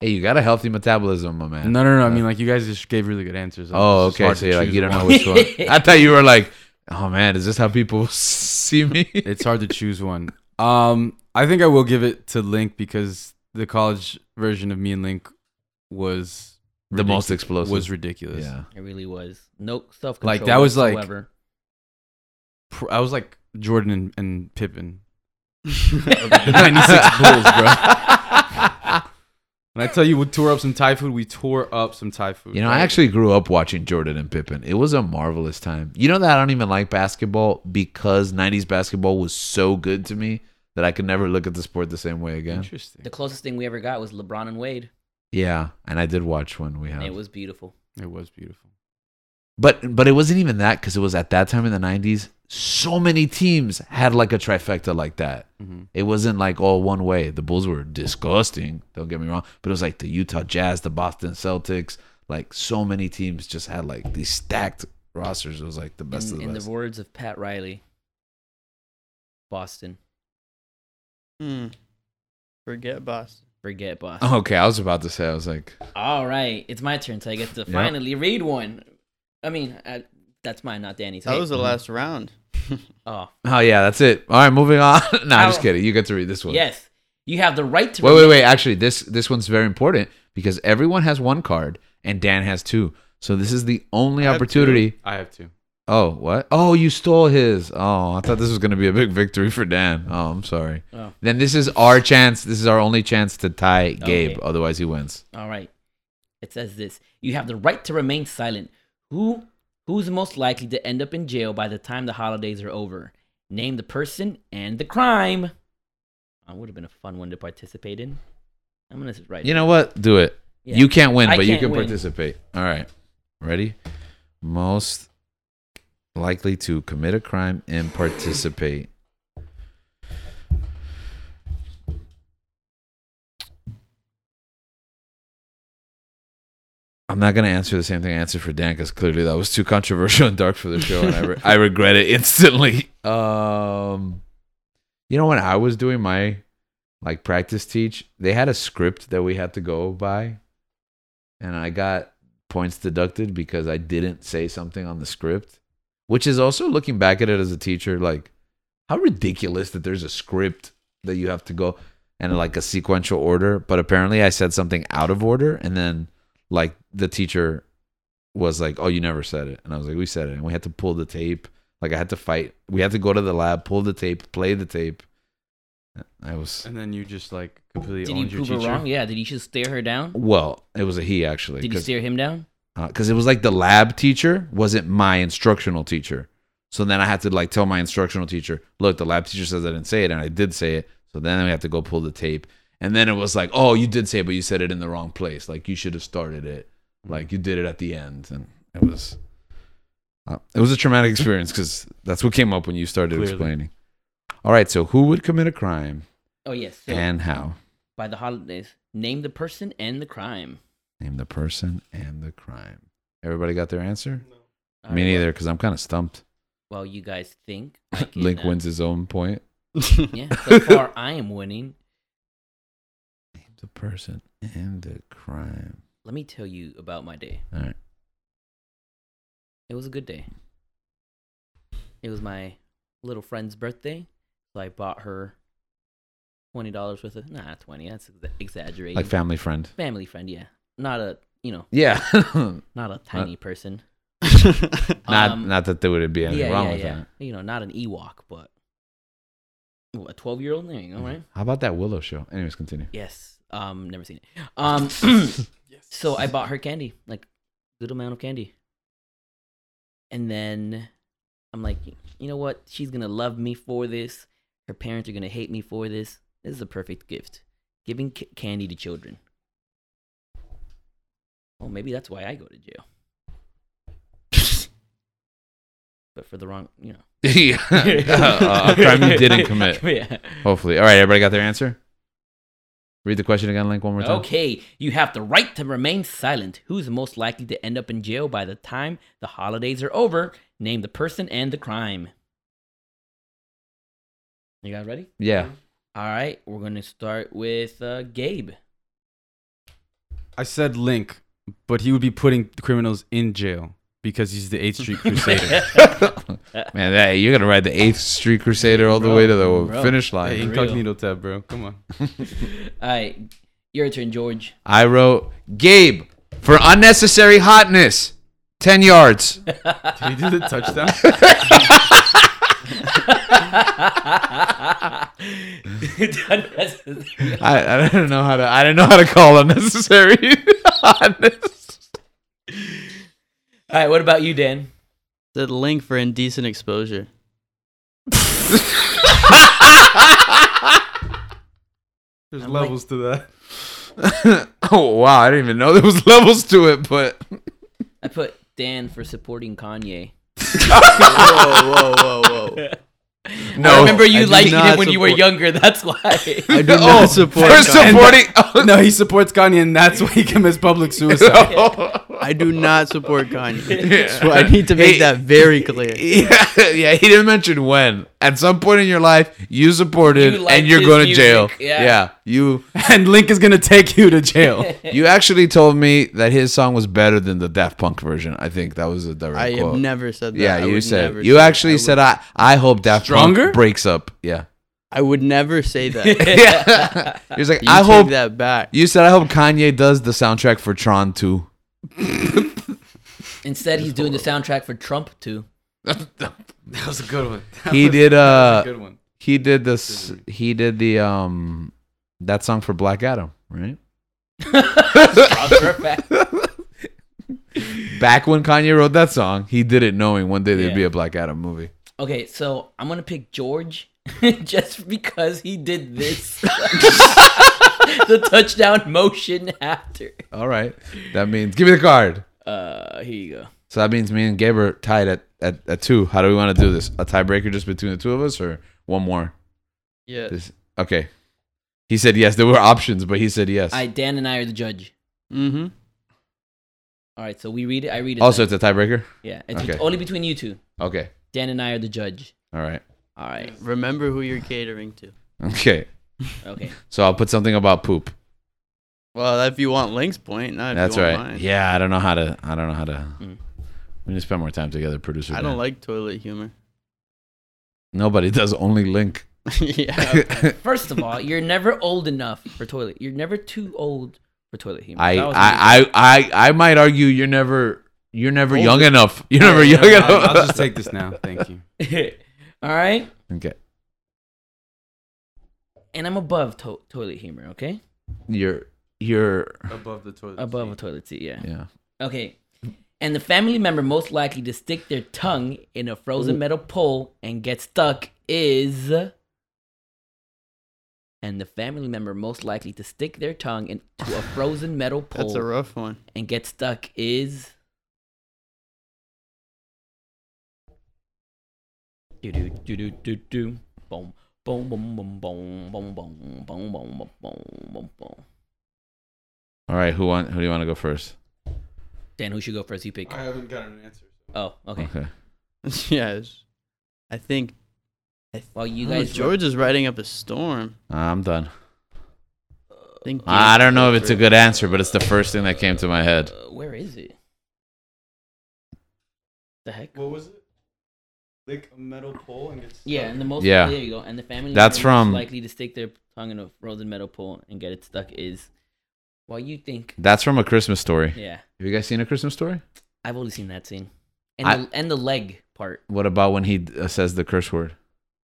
Hey, you got a healthy metabolism, my
no
man.
no no. I mean, like you guys just gave really good answers.
Oh,
It's just
okay.
hard
So
to
you're like,
choose
you don't know
one.
which one.
*laughs*
I thought you were like, oh man, is this how people *laughs* see me?
it's hard to choose one. Um, I think I will give it to Link because the college version of me and Link was
the most
ridicu-
explosive.
was ridiculous.
yeah.
It really was no self control.
Like, that was,
*laughs*
like-
whatsoever.
Pr- I was like Jordan and,
*laughs*
and Pippen.
Okay.
96 Bulls, bro. And I tell you, we tore up some Thai food. We tore up some Thai food.
You know, I
right?
actually grew up watching Jordan and Pippen. It was a marvelous time. You know that I don't even like basketball because 90s basketball was so good to me that I could never look at the sport the same way again.
Interesting.
The closest thing we ever got was LeBron and Wade,
Yeah, and I did watch when we
and
had.
it was beautiful.
It was beautiful.
But but it wasn't even that because it was at that time in the '90s. So many teams had like a trifecta like that.
Mm-hmm.
It wasn't like all one way. The Bulls were disgusting. Don't get me wrong, but it was like the Utah Jazz, the Boston Celtics. Like so many teams just had like these stacked rosters. It was like the best
in,
of the
in
best.
the words of Pat Riley, Boston,
Hmm. Forget Boston.
forget Boston.
Oh, okay, I was about to say. I was like,
All right, it's my turn, so I get to
Oh. Yeah.
finally read one. I mean, I, that's mine, not Danny's.
That
Hey,
was the
*laughs*
last round. *laughs*
oh,
oh yeah, that's it. All right, moving on. *laughs* no, I'm just
Ow.
kidding. You get to read this one.
yes, you have the right to.
Wait, wait,
remain-
wait. Actually, this this one's very important because everyone has one card and Dan has two. So this is the only
I have
opportunity.
I have two.
Oh, what? Oh, you stole his. Oh, I thought this was gonna be a big victory for Dan. Oh, I'm sorry.
Oh.
Then this is our chance. This is our only chance to tie Gabe.
Okay.
Otherwise, he wins.
All right. It says this. You have the right to remain silent. Who who's most likely to end up in jail by the time the holidays are over? Name the person and the crime. That would have been a fun one to participate in. I'm gonna write.
You know what? Do it. You can't win,
I
but you
can't
can
win.
participate. All right. Ready? Most likely to commit a crime and participate. I'm not going to answer the same thing I answered for Dan because clearly that was too controversial and dark for the show, and I, re- I regret it instantly. *laughs* Um, you know, when I was doing my like practice teach, they had a script that we had to go by, and I got points deducted because I didn't say something on the script, which is also looking back at it as a teacher, like how ridiculous that there's a script that you have to go and like a sequential order, but apparently I said something out of order, and then like the teacher was like, "Oh, you never said it," and I was like, "We said it," and we had to pull the tape. Like I had to fight. We had to go to the lab, pull the tape, play the tape. I was
And then you just like completely
Did he
owned your
prove
teacher.
her wrong? Yeah. Did he just stare her down?
Well, it was a he actually.
Did he
Because
stare him down?
Uh, it was like the lab teacher wasn't my instructional teacher. So then I had to like tell my instructional teacher, look, the lab teacher says I didn't say it, and I did say it. So then we have to go pull the tape. And then it was like, oh, you did say it, but you said it in the wrong place. Like you should have started it. Like you did it at the end. And it was Uh, it was a traumatic experience because that's what came up when you started
Clearly.
explaining. All right, so who would commit a crime
Oh yes. So
and how?
by the holidays, name the person and the crime.
Name the person and the crime. Everybody got their answer?
All
Me
right, well-
neither, because I'm kind of stumped.
Well, you guys think
*laughs*
I can,
Link
uh,
wins his own point.
Yeah. So far, I am winning.
Name the person and the crime.
Let me tell you about my day.
All right.
It was a good day. It was my little friend's birthday, so I bought her twenty dollars worth of nah twenty. That's exa- exaggerating.
Like family friend.
family friend, yeah. Not a you know,
Yeah. *laughs*
not a tiny person.
not
Um,
not that there would be anything wrong with that.
You know, not an Ewok, but Ooh, a twelve-year-old. There you
Mm-hmm.
go, right?
How about that Willow show? Anyways, continue.
Yes. Um, never seen it. Um, *clears throat* so I bought her candy, like good amount of candy, and then I'm like, you know what? She's gonna love me for this. Her parents are gonna hate me for this. This is a perfect gift, giving c- candy to children. Well, maybe that's why I go to jail. but for the wrong, you know,
*laughs* yeah. *laughs* Uh, a crime you *laughs* didn't commit.
*laughs* Yeah.
Hopefully. All right, everybody got their answer? Read the question again, Link, one more time.
Okay, you have the right to remain silent. Who's most likely to end up in jail by the time the holidays are over? Name the person and the crime. You guys ready?
Yeah.
All right, we're gonna start with uh, Gabe.
I said Link, but he would be putting criminals in jail because he's the 8th *laughs* Street Crusader.
Man, that, you're going to ride the 8th Street Crusader all the
Bro,
way to the
bro.
finish
hey,
line.
real.
incognito tab, bro. Come on.
*laughs*
*laughs*
All right, your turn, George. *laughs*
I wrote Gabe for unnecessary hotness. 10 yards.
Did he do the *laughs* touchdown?
I, I don't know how to I don't know how to call unnecessary *laughs* hotness. *laughs*
All right, what about you, Dan?
the link for
*laughs*
indecent exposure.
There's
I'm like-
levels to that.
*laughs* oh wow, I didn't even know there was levels to it, but
I put Dan for supporting Kanye.
whoa, whoa, whoa, whoa.
no.
I remember you
I do
liking it
not
when you were
support-
younger. That's why.
I
*laughs*
do not
Oh,
support.
for
Kanye.
supporting
No, he supports Kanye, and that's why he commits *laughs* public
*laughs*
suicide.
no.
I do
*laughs*
not support Kanye.
Yeah.
So I need to make
Hey,
that very clear.
Yeah, yeah, he didn't mention when. At some point in your life, you supported
You liked
and you're
his
going to
music,
jail.
yeah.
you
and Link is gonna take you to jail.
*laughs* you actually told me that his song was better than the Daft Punk version. I think that was a direct
I
quote.
have never said that.
yeah,
I
you
would
said
never
you
say that.
actually
I
said
would-
I I hope Daft
Stronger?
Punk breaks up. Yeah,
I would never
*laughs*
say that.
yeah. he was like,
You
I
take
hope
that back.
you said I hope Kanye does the soundtrack for Tron 2. *laughs*
Instead, he's doing the soundtrack for Trump too.
That was a good one. That
He
was-
did
that
uh
was a good
*laughs*
one.
he did this he did the um that song for Black Adam, right? Back when Kanye wrote that song, he did it knowing one day there'd
Yeah.
be a Black Adam movie.
okay, so I'm gonna pick George *laughs* just because he did this. the touchdown motion after.
All right. That means give me the card.
Uh, here you go.
So that means me and Gabe are tied at, at, at two. How do we want to do this? A tiebreaker just between the two of us or one more?
Yeah.
This okay. He said yes. There were options, but he said yes.
All right, Dan and I are the judge.
Mm-hmm.
All right, so we read it. I read it.
also
then.
it's a tiebreaker?
yeah, it's
okay.
only between you two.
Okay.
Dan and I are the judge.
All right. *laughs*
All right,
Remember who you're catering to.
Okay.
okay.
So I'll put something about poop.
Well, if you want Link's point, not if
That's
you
right.
want mine.
Yeah, I don't know how to. I don't know how to.
Mm.
We need to spend more time together, producer.
I
Dan.
don't like
*laughs*
toilet humor. *laughs*
Nobody does. Only Link.
yeah.
First of all, you're never old enough for toilet. You're never too old for toilet humor.
I,
That
I,
was
I, I, I might argue you're never. You're never
Older.
young enough. You're never
Yeah,
young
yeah,
enough.
I'll, I'll just take this
*laughs*
now. Thank you.
me. *laughs* all right.
okay.
and I'm above to- toilet humor, okay?
You're. You're.
*laughs* Above the toilet.
Above a toilet seat, yeah.
Yeah.
Okay. And the family member most likely to stick their tongue in a frozen metal pole and get stuck is. And the family member most likely to stick their tongue into a frozen metal
That's
pole
a rough one.
and get stuck is. Do do do do do do. Boom. Boom, boom, boom, boom, boom, boom, boom, boom, boom, boom, boom, boom.
All right, who want? Who do you want to go first?
Dan, who should go first? You pick.
I haven't gotten an answer.
Oh, okay.
*laughs* yes. I think
Well, you
Oh,
you
guys.
guys. George is riding up a storm.
I'm done.
I think.
I don't know if it's a good answer, but it's the first thing that came to my head.
Uh, where is it? The heck?
What was it? Lick a metal pole and gets
Yeah, and the most
Yeah.
there you go. And the family
That's
member most
from-
likely to stick their tongue in a frozen metal pole and get it stuck is well you think
That's from a Christmas story.
yeah.
Have you guys seen a Christmas story?
I've only seen that scene. And
I-
the and the leg part.
What about when he uh, says the curse word?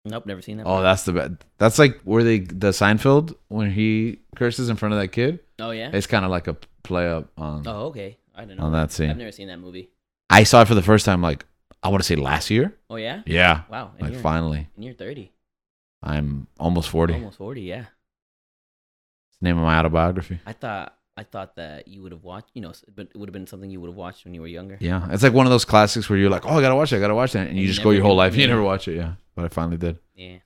Nope, never seen that.
Oh, that's the bad. That's like where they the Seinfeld when he curses in front of that kid.
Oh yeah?
It's kind of like a play up on
Oh okay. I don't know.
on that
I've
scene.
never seen that movie.
I saw it for the first time. Like I want to say last year.
Oh yeah?
Yeah,
Wow. And
like
you're,
finally.
and you're thirty.
I'm almost forty.
Almost forty, yeah.
It's the name of my autobiography.
I thought I thought that you would have watched you know, s- but it would have been something you would have watched when you were younger.
Yeah, it's like one of those classics where you're like, oh, I gotta watch it, I gotta watch that, and you
You
just go
never
your whole
do.
life, you
Yeah.
never watch it. Yeah, but I finally did.
Yeah.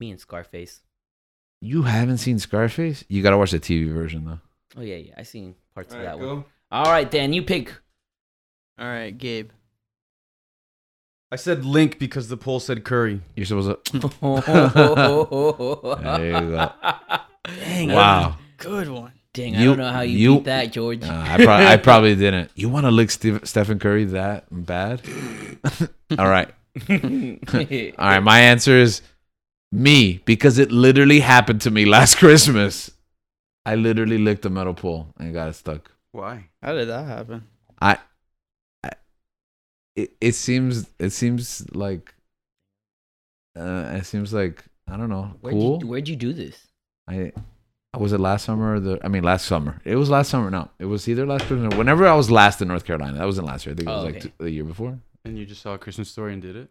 Me and Scarface.
You haven't seen Scarface? You gotta watch the TV version though.
Oh yeah, yeah. I seen parts of
Alright,
that one.
go.
All right, Dan, you pick.
All
*laughs*
right, Gabe. *laughs*
I said link because the poll said curry.
You're supposed to.
there
you go.
Dang.
Wow.
Good one.
Dang, I
You-
don't know how you,
you-
beat that, George.
Uh, I, prob-
*laughs*
I *laughs* probably didn't. You want to lick Steve- Stephen Curry that bad? *laughs* All right. All right. My answer is me because it literally happened to me last *laughs* Christmas. I literally licked a metal pole and got it stuck.
Why?
How did that happen?
It, it seems it seems like uh, it seems like I don't know.
where'd,
cool.
you, where'd you do this?
I was it last summer or the I mean last summer. It was last summer. No, it was either last Christmas or whenever I was last in North Carolina. That wasn't last year. I think it was
Oh,
like
okay.
t- the year before.
And you just saw a Christmas story and did it?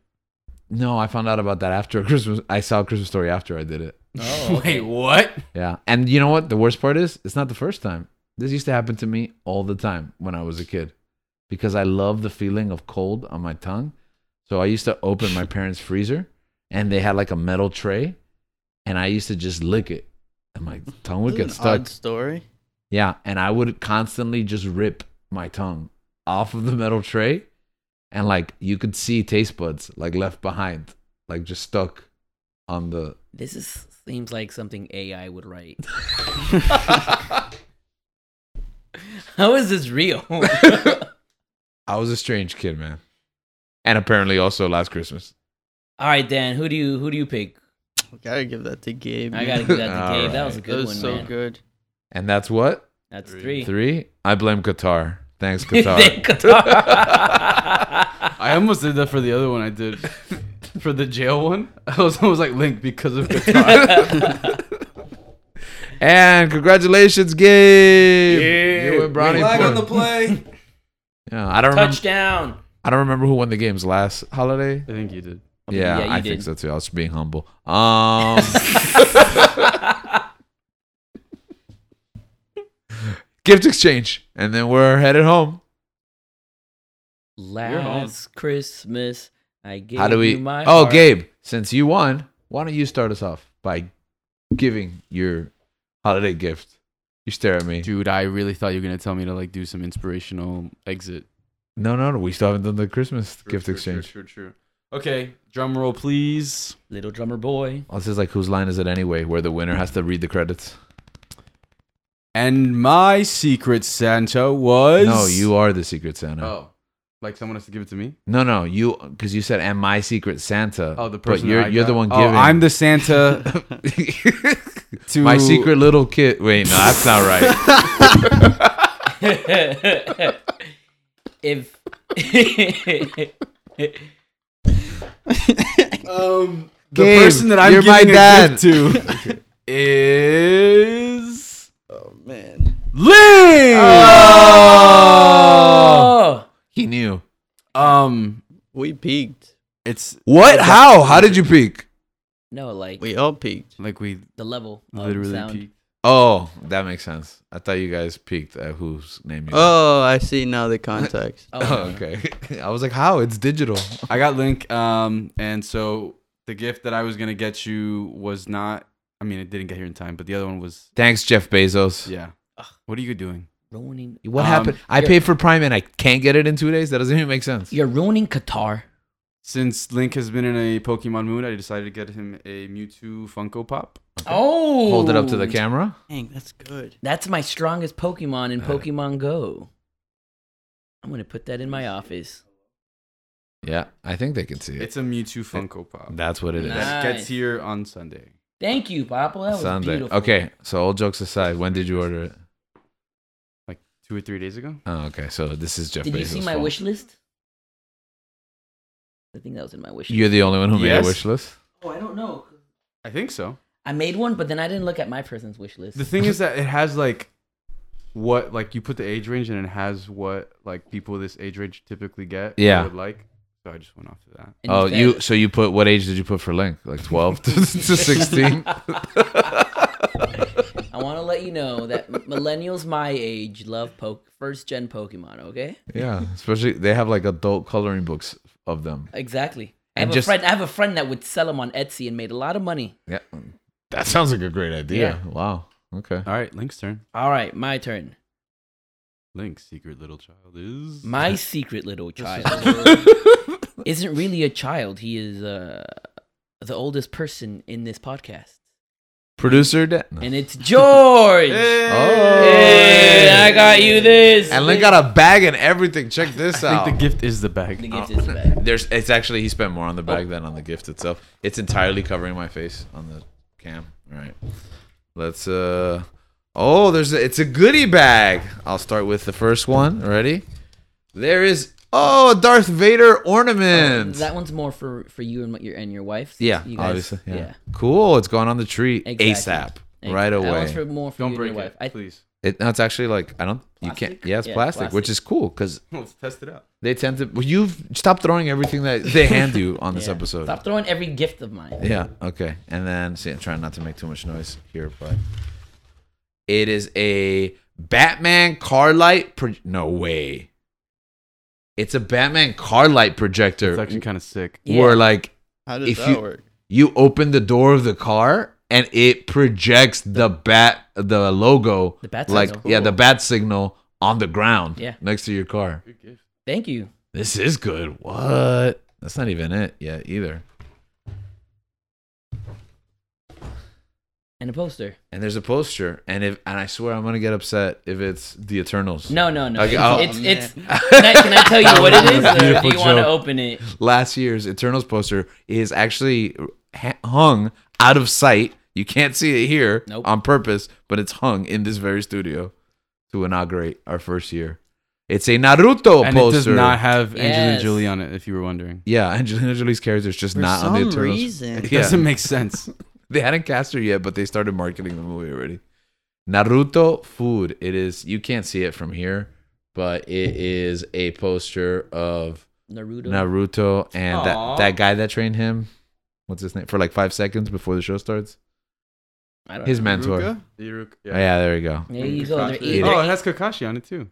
No, I found out about that after Christmas. I saw Christmas Story after I did it.
*laughs* Oh, okay.
Wait, what?
Yeah, and you know what? The worst part is it's not the first time. This used to happen to me all the time when I was a kid, because I love the feeling of cold on my tongue. So I used to open my parents' freezer, and they had like a metal tray, and I used to just lick it, and my tongue would
*laughs*
get
This is an
stuck.
Odd story.
Yeah, and I would constantly just rip my tongue off of the metal tray, and like you could see taste buds like left behind, like just stuck on the.
This is seems like something AI would write. *laughs* how is this real? *laughs*
I was a strange kid, man, and apparently also last Christmas.
All right, Dan, who do you who do you pick?
I gotta give that to Gabe.
I
man.
gotta give that to
*laughs* All
Gabe. That was a
right.
good
*laughs* that was
one,
so
man.
good.
And that's what
That's
Three.
three.
three. I blame Qatar. Thanks,
Then *laughs*
Qatar. *laughs*
Qatar.
I almost did that for the other one I did. for the jail one? *laughs* I was almost like link
*laughs*
because of Qatar.
and congratulations, Gabe. You and Bronny. for-
play.
yeah, I don't remember.
Touchdown.
I don't remember who won the games last holiday.
I think you did.
Yeah,
yeah, you
I
did.
think so too. I was being humble. Um, *laughs* gift exchange, and then we're headed home.
home.
Last Christmas, I gave
How do we?
you my
Oh,
heart.
Gabe, since you won, why don't you start us off by giving your holiday gift? You stare at me.
Dude, I really thought you were gonna tell me to like do some inspirational exit.
No, no, no. We still haven't done the Christmas gift exchange.
True, true, Okay, drum roll, please.
Little drummer boy.
*laughs* Oh, this is like whose line is it anyway? Where the winner has to read the credits.
And my secret Santa was.
No, you are the Secret Santa.
Oh, like someone has to give it to me.
No, no, you because you said, "And my Secret Santa."
Oh, the
But
person.
you're
that I
you're the
got-
one
Oh,
giving.
I'm the Santa
*laughs*
to
my secret little kid. Wait, no, that's not *laughs* right. *laughs*
if
Um, the
Gabe,
person that I'm
you're
giving
my
a
dad.
gift to is
Oh man.
Link.
oh,
he knew. *laughs*
Um,
We peaked.
it's
What? How? How did you peek?
no, like
We all peaked.
like we
the level of
literally
sound.
peaked.
Oh, that makes sense. I thought you guys peeked at whose name you.
Oh, I see now the context.
Oh,
Oh, *laughs* okay. I was like, how? It's digital. *laughs*
I got Link, um, and so the gift that I was gonna get you was not. I mean, it didn't get here in time, but the other one was.
Thanks, Jeff Bezos.
Yeah.
Ugh.
What are you doing?
Ruining.
What
Um,
happened? I
yeah.
paid for Prime and I can't get it in two days. That doesn't even make sense.
You're ruining Qatar.
Since Link has been in a Pokemon Moon, I decided to get him a Mewtwo Funko Pop.
Oh.
Hold it up to the camera.
*laughs* Dang, that's good.
That's my strongest Pokemon in
Uh,
Pokemon Go. I'm gonna put that in my office.
Yeah, I think they can see it.
It's a Mewtwo Funko Pop.
That's what it is.
Nah.
That
Nice.
gets here on Sunday.
Thank you, Papa. That was
Sunday.
beautiful.
Okay, so all jokes aside, when did you order it?
Like two or three days ago.
Oh, okay. So this is Jeff
Did
Bezos.
you see my
fault.
wish list? I think that was in my wish.
You're the only one who made
Yes.
a wish list.
Oh, I don't know.
I
*laughs*
think so.
I made one, but then I didn't look at my person's wish list.
The thing is that it has like what like you put the age range and it has what like people this age range typically get. or
Yeah.
Would like. So I just went off to that.
And
Oh,
instead-
you so you put what age did you put for Link? Like twelve
*laughs*
to sixteen?
I want to let you know that millennials my age love poke first gen Pokemon. Okay,
yeah, especially they have like adult coloring books of them.
exactly. I
And
have
just-
a friend. I have a friend that would sell them on Etsy and made a lot of money.
Yeah, that sounds like a great idea. Wow. Okay.
All right, Link's turn.
All right, my turn.
Link's secret little child
*laughs*
is
My secret little child *laughs* isn't really a child. He is uh, the oldest person in this podcast,
*laughs* Producer Dan.
and
*laughs*
it's George.
Oh.
Hey, I got you this.
And Link got a bag and everything. Check this
I
out.
think the gift is the
The
bag.
gift is bad.
There's it's actually he spent more on the
Oh.
bag than on the gift itself. It's entirely covering my face on the cam. All right. Let's uh Oh, there's a, it's a goodie bag. I'll start with the first one. Ready? There is oh, a Darth Vader ornament.
That one's more for for you and your and your wife. since
yeah,
you
obviously. Yeah. Cool. It's going on the tree
Exactly.
ASAP. Right
That one's for
away.
more for
Don't
you and
break
your wife.
it,
I-
*laughs*
please.
It, no, it's actually like I don't you
Plastic?
can't. Yeah, it's
Yeah,
plastic, which
plastic.
is cool because
Let's test it out.
they tend to. Well, you've stopped throwing everything that they hand you on this
*laughs* yeah.
episode.
Stop throwing every gift of mine.
Yeah. Okay. And then see, I'm trying not to make too much noise here, but it is a Batman car light. Pro- no way. It's a Batman car light projector
It's actually kind of sick.
Yeah.
where, like,
How does
If
that
you-
work?
you open the door of the car and it projects the bat, the logo,
The bat
like,
signal.
yeah, the bat signal on the ground,
Yeah.
next to your car.
Good gift.
Thank you.
This is good. What? That's not even it yet either.
And a poster.
and there's a poster and if and i swear i'm gonna get upset if it's the eternals
No, no, no.
Okay, I'll-
it's it's.
Oh,
it's can, I, can I tell you what it
was
is?
a
Or do
beautiful
you want to
joke.
open it?
last year's eternals poster is actually ha- hung out of sight you can't see it here
Nope.
on purpose but it's hung in this very studio to inaugurate our first year it's a naruto
And it
poster
does not have Angelina
Yes.
Jolie on it, if you were
*laughs*
wondering.
yeah angelina jolie's character is just
For
not on the
some
eternals
reason.
It
Yeah.
doesn't make *laughs* sense.
they hadn't cast her yet, but they started marketing the movie already. Naruto food. It is you can't see it from here, but it is a poster of
Naruto.
Naruto and
Aw.
that, that guy that trained him. What's his name? For like five seconds before the show starts.
I don't
His
know.
mentor.
Iruka? Iruka,
Oh, yeah, there you go.
There you go. They're
Kakashi.
eating.
Oh, it has Kakashi on it too.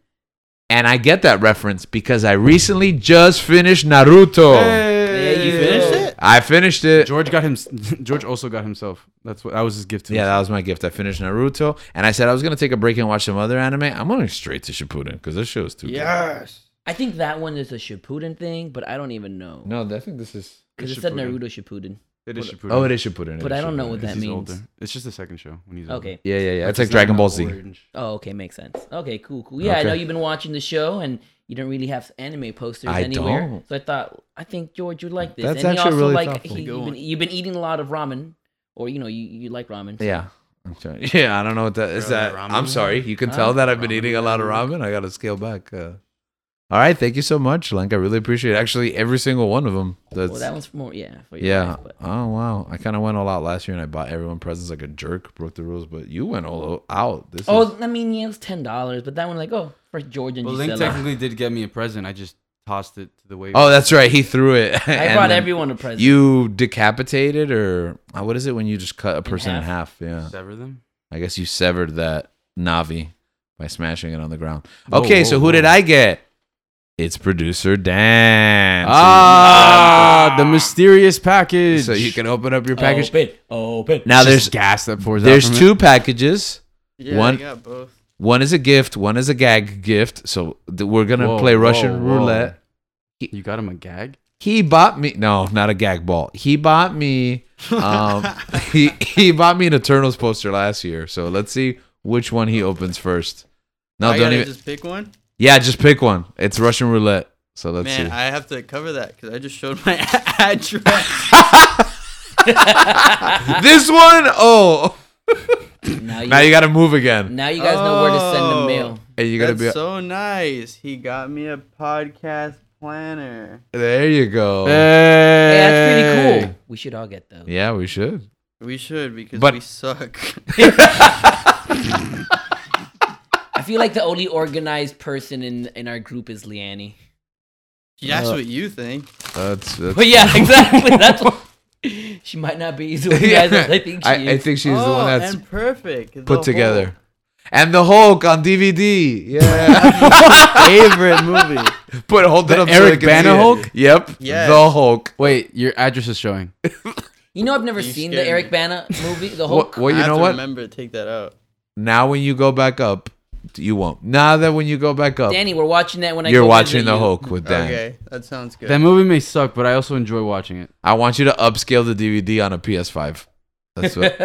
And I get that reference because I recently just finished Naruto.
you
Finished
Yeah.
it?
I finished it.
Oh. George got him. *laughs* George also got himself. That's what that was his gift to
Yeah, that
himself.
was my gift. I finished Naruto, and I said I was gonna take a break and watch some other anime. I'm going straight to Shippuden because this show is too. good.
Yes.
I think that one is a Shippuden thing, but I don't even know
No, I think this is.
because
it's
it said
Shippuden.
Naruto Shippuden.
It is Shippuden.
Oh, it is Shippuden.
But I don't know what that
Because he's
means.
older. It's just the second show when he's older.
Okay.
Yeah, yeah, yeah.
Which
It's like
is
Dragon
not
Ball Z.
orange.
Oh, okay, makes sense. Okay, cool, cool. Yeah, I
Okay.
know you've been watching the show and you don't really have anime posters
I
anywhere.
don't.
So I thought I think George would like this.
That's
and he
actually
also
really
like
thoughtful.
he,
Good
you've,
one.
been, you've been eating a lot of ramen or you know, you, you like ramen. so-
Yeah. I'm sorry. *laughs* Yeah, I don't know what that is.
Bro, that
That
ramen.
I'm sorry. You can
Ah,
tell that I've been
ramen.
eating a lot of ramen. I got to scale back. Uh, all right, thank you so much, Link. I really appreciate it. actually every single one of them. That's
well, that one's for more yeah, for your
yeah.
wife, but-
Oh wow, I kind of went all out last year and I bought everyone presents like a jerk, broke the rules. But you went all out. This is
Oh, I mean, yeah, it was ten dollars, but that one, like, oh, for George and
Well, Link
*laughs*
Gisela.
technically did get me a present. I just tossed it to the waiter.
oh, that's right. He threw it. *laughs*
I
And
brought
then
everyone a present.
You decapitated or uh, what is it when you just cut a person in half?
Sever them.
Yeah, I guess you severed that Navi by smashing it on the ground.
Whoa,
okay, so
whoa,
who
whoa.
did I get? It's producer Dan.
Ah, the mysterious package.
So you can open up your package.
Open, open.
Now there's
gas that pours
there's
out.
two packages.
Yeah,
One-
I got both.
One is a gift. One is a gag gift. So th- we're gonna
Whoa,
play
whoa,
Russian
whoa.
roulette.
You got him a gag.
He bought me no, not a gag ball. He bought
*laughs*
me um he he bought me an Eternals poster last year. So let's see which one he opens first. No,
I
don't
gotta
even
just pick one.
Yeah, just pick one. It's Russian roulette. So let's
Man,
see.
I have to cover that because I just showed my *laughs* address.
this one?
*laughs*
Oh.
now you,
Now you got to move again.
now you guys know where to send
Oh.
the mail.
And you got to
That's
be
so nice. He got me a podcast planner.
There you
Oh.
go.
Hey, that's pretty cool. We should all get those.
Yeah, we should.
We should because
But- Uh,
we suck. *laughs*
*laughs*
I feel like the only organized person in in our group is Liani.
That's
Uh,
what you think.
That's, that's *laughs*
But yeah, exactly. That's what, *laughs* she might not be as organized as I think
*laughs*
she
I, I
is.
think she's the
oh,
one that's
and perfect. The
put together.
whole
And the Hulk on DVD.
*laughs*
Yeah. *laughs*
favorite movie.
Put hold it
The
up.
Eric
so I can see
Bana
it.
Hulk?
Yep.
Yes.
The Hulk.
Wait, your address is showing.
You know, I've never
You
seen the
scared
Eric
*laughs*
me.
Bana movie, the whole.
Well, well,
I
you
have
know
to
what?
Remember to take that out.
Now when you go back up, you won't. Now that when you go back up,
Ah, Danny, we're watching that when I.
you're
go
watching
visit
the
you.
Hulk with Dan.
Okay, that sounds good.
That movie may suck, but I also enjoy watching it.
I want you to upscale the DVD on a PS5. That's
*laughs*
what.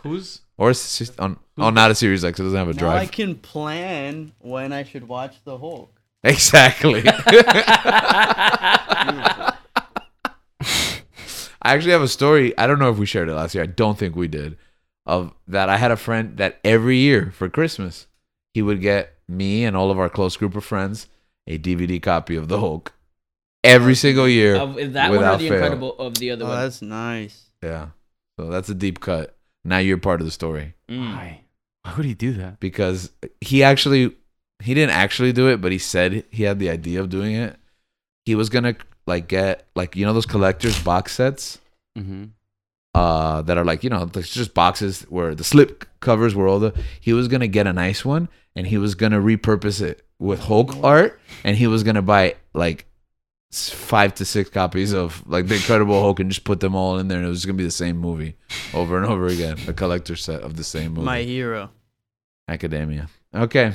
*laughs*
Who's
or s- s- on oh, not a Series X. It doesn't have a
now
drive.
I can plan when I should watch The Hulk.
*laughs* Exactly. *laughs* I actually have a story. I don't know if we shared it last year. I don't think we did. Of that, I had a friend that every year for Christmas, he would get me and all of our close group of friends a DVD copy of The Hulk every single year.
*laughs* Of, is that one or
without
the
fail.
Incredible of the other
Oh,
one?
that's nice.
Yeah. So that's a deep cut. Now you're part of the story
Mm.
why? Why would he do that?
because he actually he didn't actually do it, but he said he had the idea of doing it. He was gonna like get like you know those collectors box sets
Mm-hmm.
uh that are like you know there's just boxes where the slip covers were all the he was gonna get a nice one and he was gonna repurpose it with Hulk art and he was gonna buy like s- five to six copies of like the Incredible Hulk and just put them all in there and it was gonna be the same movie over and over again a collector set of the same movie
My hero.
Academia okay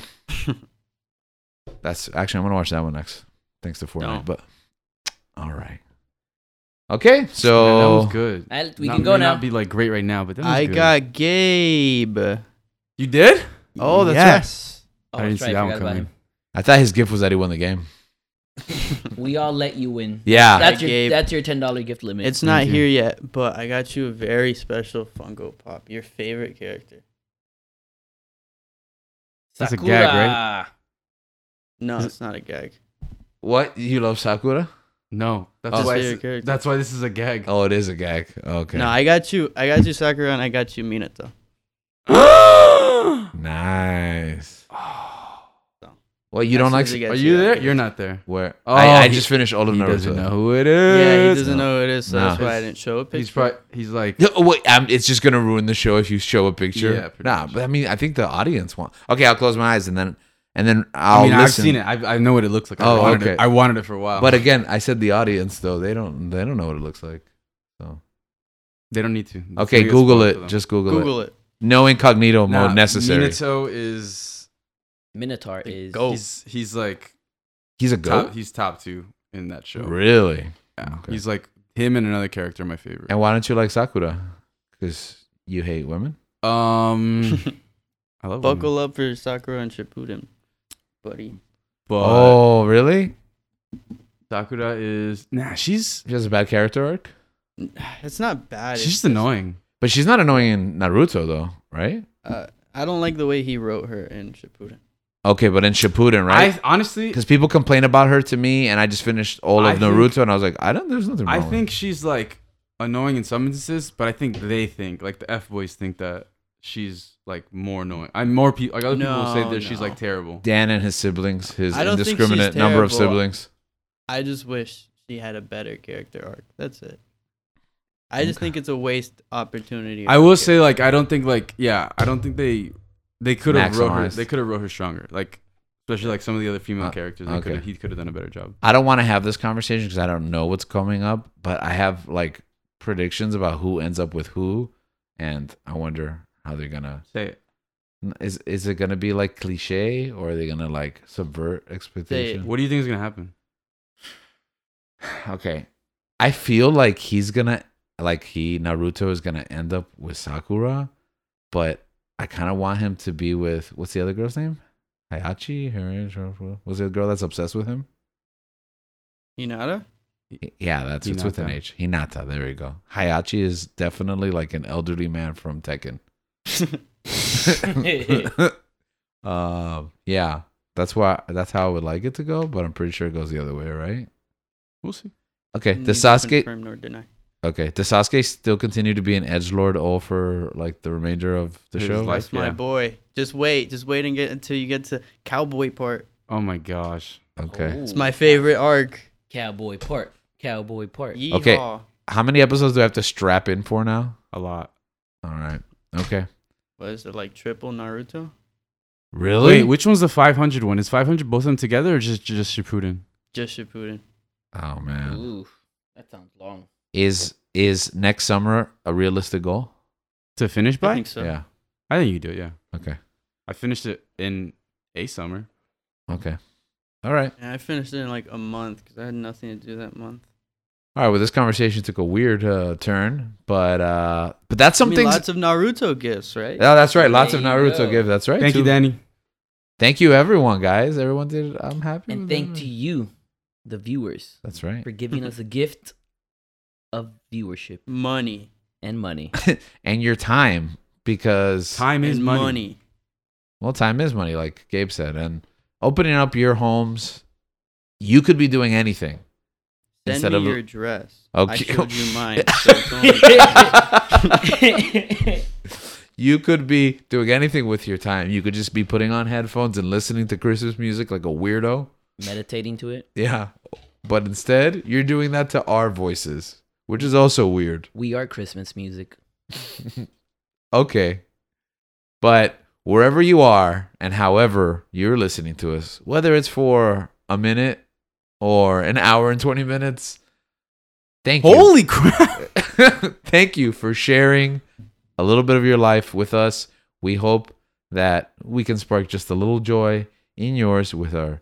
that's actually I'm gonna watch that one next thanks to Fortnite
No.
but all right okay
that
so
was good.
I- we
Not-
can go
may
now.
Not be like great right now, but that was
I
good.
got Gabe.
you did.
Oh, that's
Yes.
Oh,
I didn't
that's right,
see that
forgot
one
about
coming.
I thought his gift was that he won the game
him. We all let you win.
yeah
That's your
Gabe.
that's your ten dollar gift limit.
It's not
you.
here yet, but I got you a very special Funko Pop. Your favorite character.
That's a gag, right?
Sakura.
No,
Is it-
it's not a gag.
What you love Sakura?
No, that's
Oh.
why.
Just your
it's-
character.
That's why this is a gag.
Oh, it is a gag. Okay.
No, I got you. I got you Sakura, and I got you Minato.
Nice. Oh.
So.
Well, you don't
As soon
like
as he
Sa-
gets
Are you
I
there?
get
You're
it.
not there.
where?
Oh,
I, I
he-
just finished all of
he
Naruto.
doesn't know who it
Yeah, he
is.
doesn't know who it is, so
No.
that's why I didn't show a picture.
He's probably. He's like.
No, wait, um, it's just gonna ruin the show if you show a picture.
Yeah, pretty
nah,
much.
but I mean, I think the audience wants. Okay, I'll close my eyes and then and then I'll
I mean,
listen.
I've seen it. I, I know what it looks like. I
Oh,
wanted
okay.
It. I wanted it for a while,
But
but
again, I said the audience though they don't they don't know what it looks like. So
they don't need to. It's
okay,
gonna get
Google
spoiled for
it.
them.
Just Google, it.
Google it.
No incognito
Nah,
mode necessary.
Minato is.
Minotaur is
Go.
He's he's like
He's a
top.
goat.
He's top two in that show.
Really?
Yeah.
Okay.
He's like him and another character. My favorite.
And why don't you like Sakura? Because you hate women. *laughs*
*laughs*
Um, I love women,
Buckle up for Sakura and Shippuden, buddy. *sighs*
But
oh, really?
Sakura is nah. She's
She has a bad character arc.
It's not bad.
she's
It's,
just annoying.
But she's not annoying in Naruto though, right?
uh, I don't like the way he wrote her in Shippuden.
Okay, but in Shippuden, right?
I honestly,
Because people complain about her to me, and I just finished all
I
of
think-
Naruto, and I was like, I don't. There's nothing. Wrong
I
with
think she's like annoying in some instances, but I think they think like the f boys think that she's like more annoying. I'm more people like other people say that
No,
she's
no.
like terrible.
Dan and his siblings, his
I don't think she's
indiscriminate number of
terrible.
siblings.
I just wish she had a better character arc. That's it. I just
Okay.
think it's a waste opportunity.
I will say, like, I don't think, like, yeah, I don't think they they could have wrote her.
Maximized.
They could have wrote her stronger, like, especially like some of the other female
Uh,
characters. They
okay.
could have he could have done a better job.
I don't want to have this conversation because I don't know what's coming up, but I have like predictions about who ends up with who, and I wonder how they're gonna
Say it.
is is it gonna be like cliche or are they gonna like subvert expectations?
Mm-hmm. What do you think is gonna happen?
*sighs* Okay, I feel like he's gonna like he Naruto is gonna end up with Sakura, but I kind of want him to be with what's the other girl's name? Hayachi. Her- Was it the girl that's obsessed with him?
Hinata.
Yeah, that's it's with an
Hinata.
H. Hinata. There you go. Hayachi is definitely like an elderly man from Tekken. *laughs* um, yeah, that's why that's how I would like it to go, but I'm pretty sure it goes the other way, right?
We'll see.
Okay, the
Neither
Sasuke.
Confirm nor deny.
Okay, the Sasuke still continue to be an edge lord all for like the remainder of the
His
show.
life.
That's my
yeah.
boy. Just wait. Just wait and get until you get to cowboy part.
Oh my gosh.
Okay,
It's my favorite arc.
Cowboy part. Cowboy part.
Yeehaw.
Okay. how many episodes do I have to strap in for now?
A lot.
All right. Okay.
What is it like triple Naruto?
Really?
Wait, which one's the 500 one? Is 500 both of them together or just just Shippuden?
Just Shippuden.
oh man.
Ooh, that sounds long.
Is is next summer a realistic goal?
To finish by?
I think so.
Yeah.
I think you do it, yeah.
Okay.
I finished it in a summer.
Okay. All right.
And I finished it in like a month because I had nothing to do that month.
All right. Well, this conversation took a weird uh, turn, but uh, but that's
Something.
something.
lots of Naruto gifts, right?
oh, that's right. Lots of
There you
Naruto
go.
give. That's right.
Thank you,
Two-
Danny.
Thank you, everyone, guys. Everyone did. I'm happy.
And
with
thank
that.
to you, the viewers,
That's right.
for giving us a gift of viewership
Money.
and money. *laughs*
And your time, because
Time is
and
money.
money.
well, time is money, like Gabe said, and opening up your homes, you could be doing anything
Send
instead
me
of
your address. I
Okay.
showed you mine.
*laughs*
so it's only-
you could be doing anything with your time. You could just be putting on headphones and listening to Christmas music like a weirdo.
Meditating to it.
Yeah. But instead, you're doing that to our voices, which is also weird.
We are Christmas music.
Okay. But wherever you are and however you're listening to us, whether it's for a minute or an hour and 20 minutes, thank you.
Holy crap.
*laughs*
*laughs*
thank you for sharing a little bit of your life with us. We hope that we can spark just a little joy in yours with our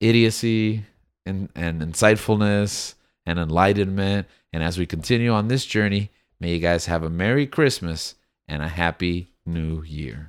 idiocy and, and insightfulness and enlightenment. And as we continue on this journey, may you guys have a Merry Christmas and a Happy New Year.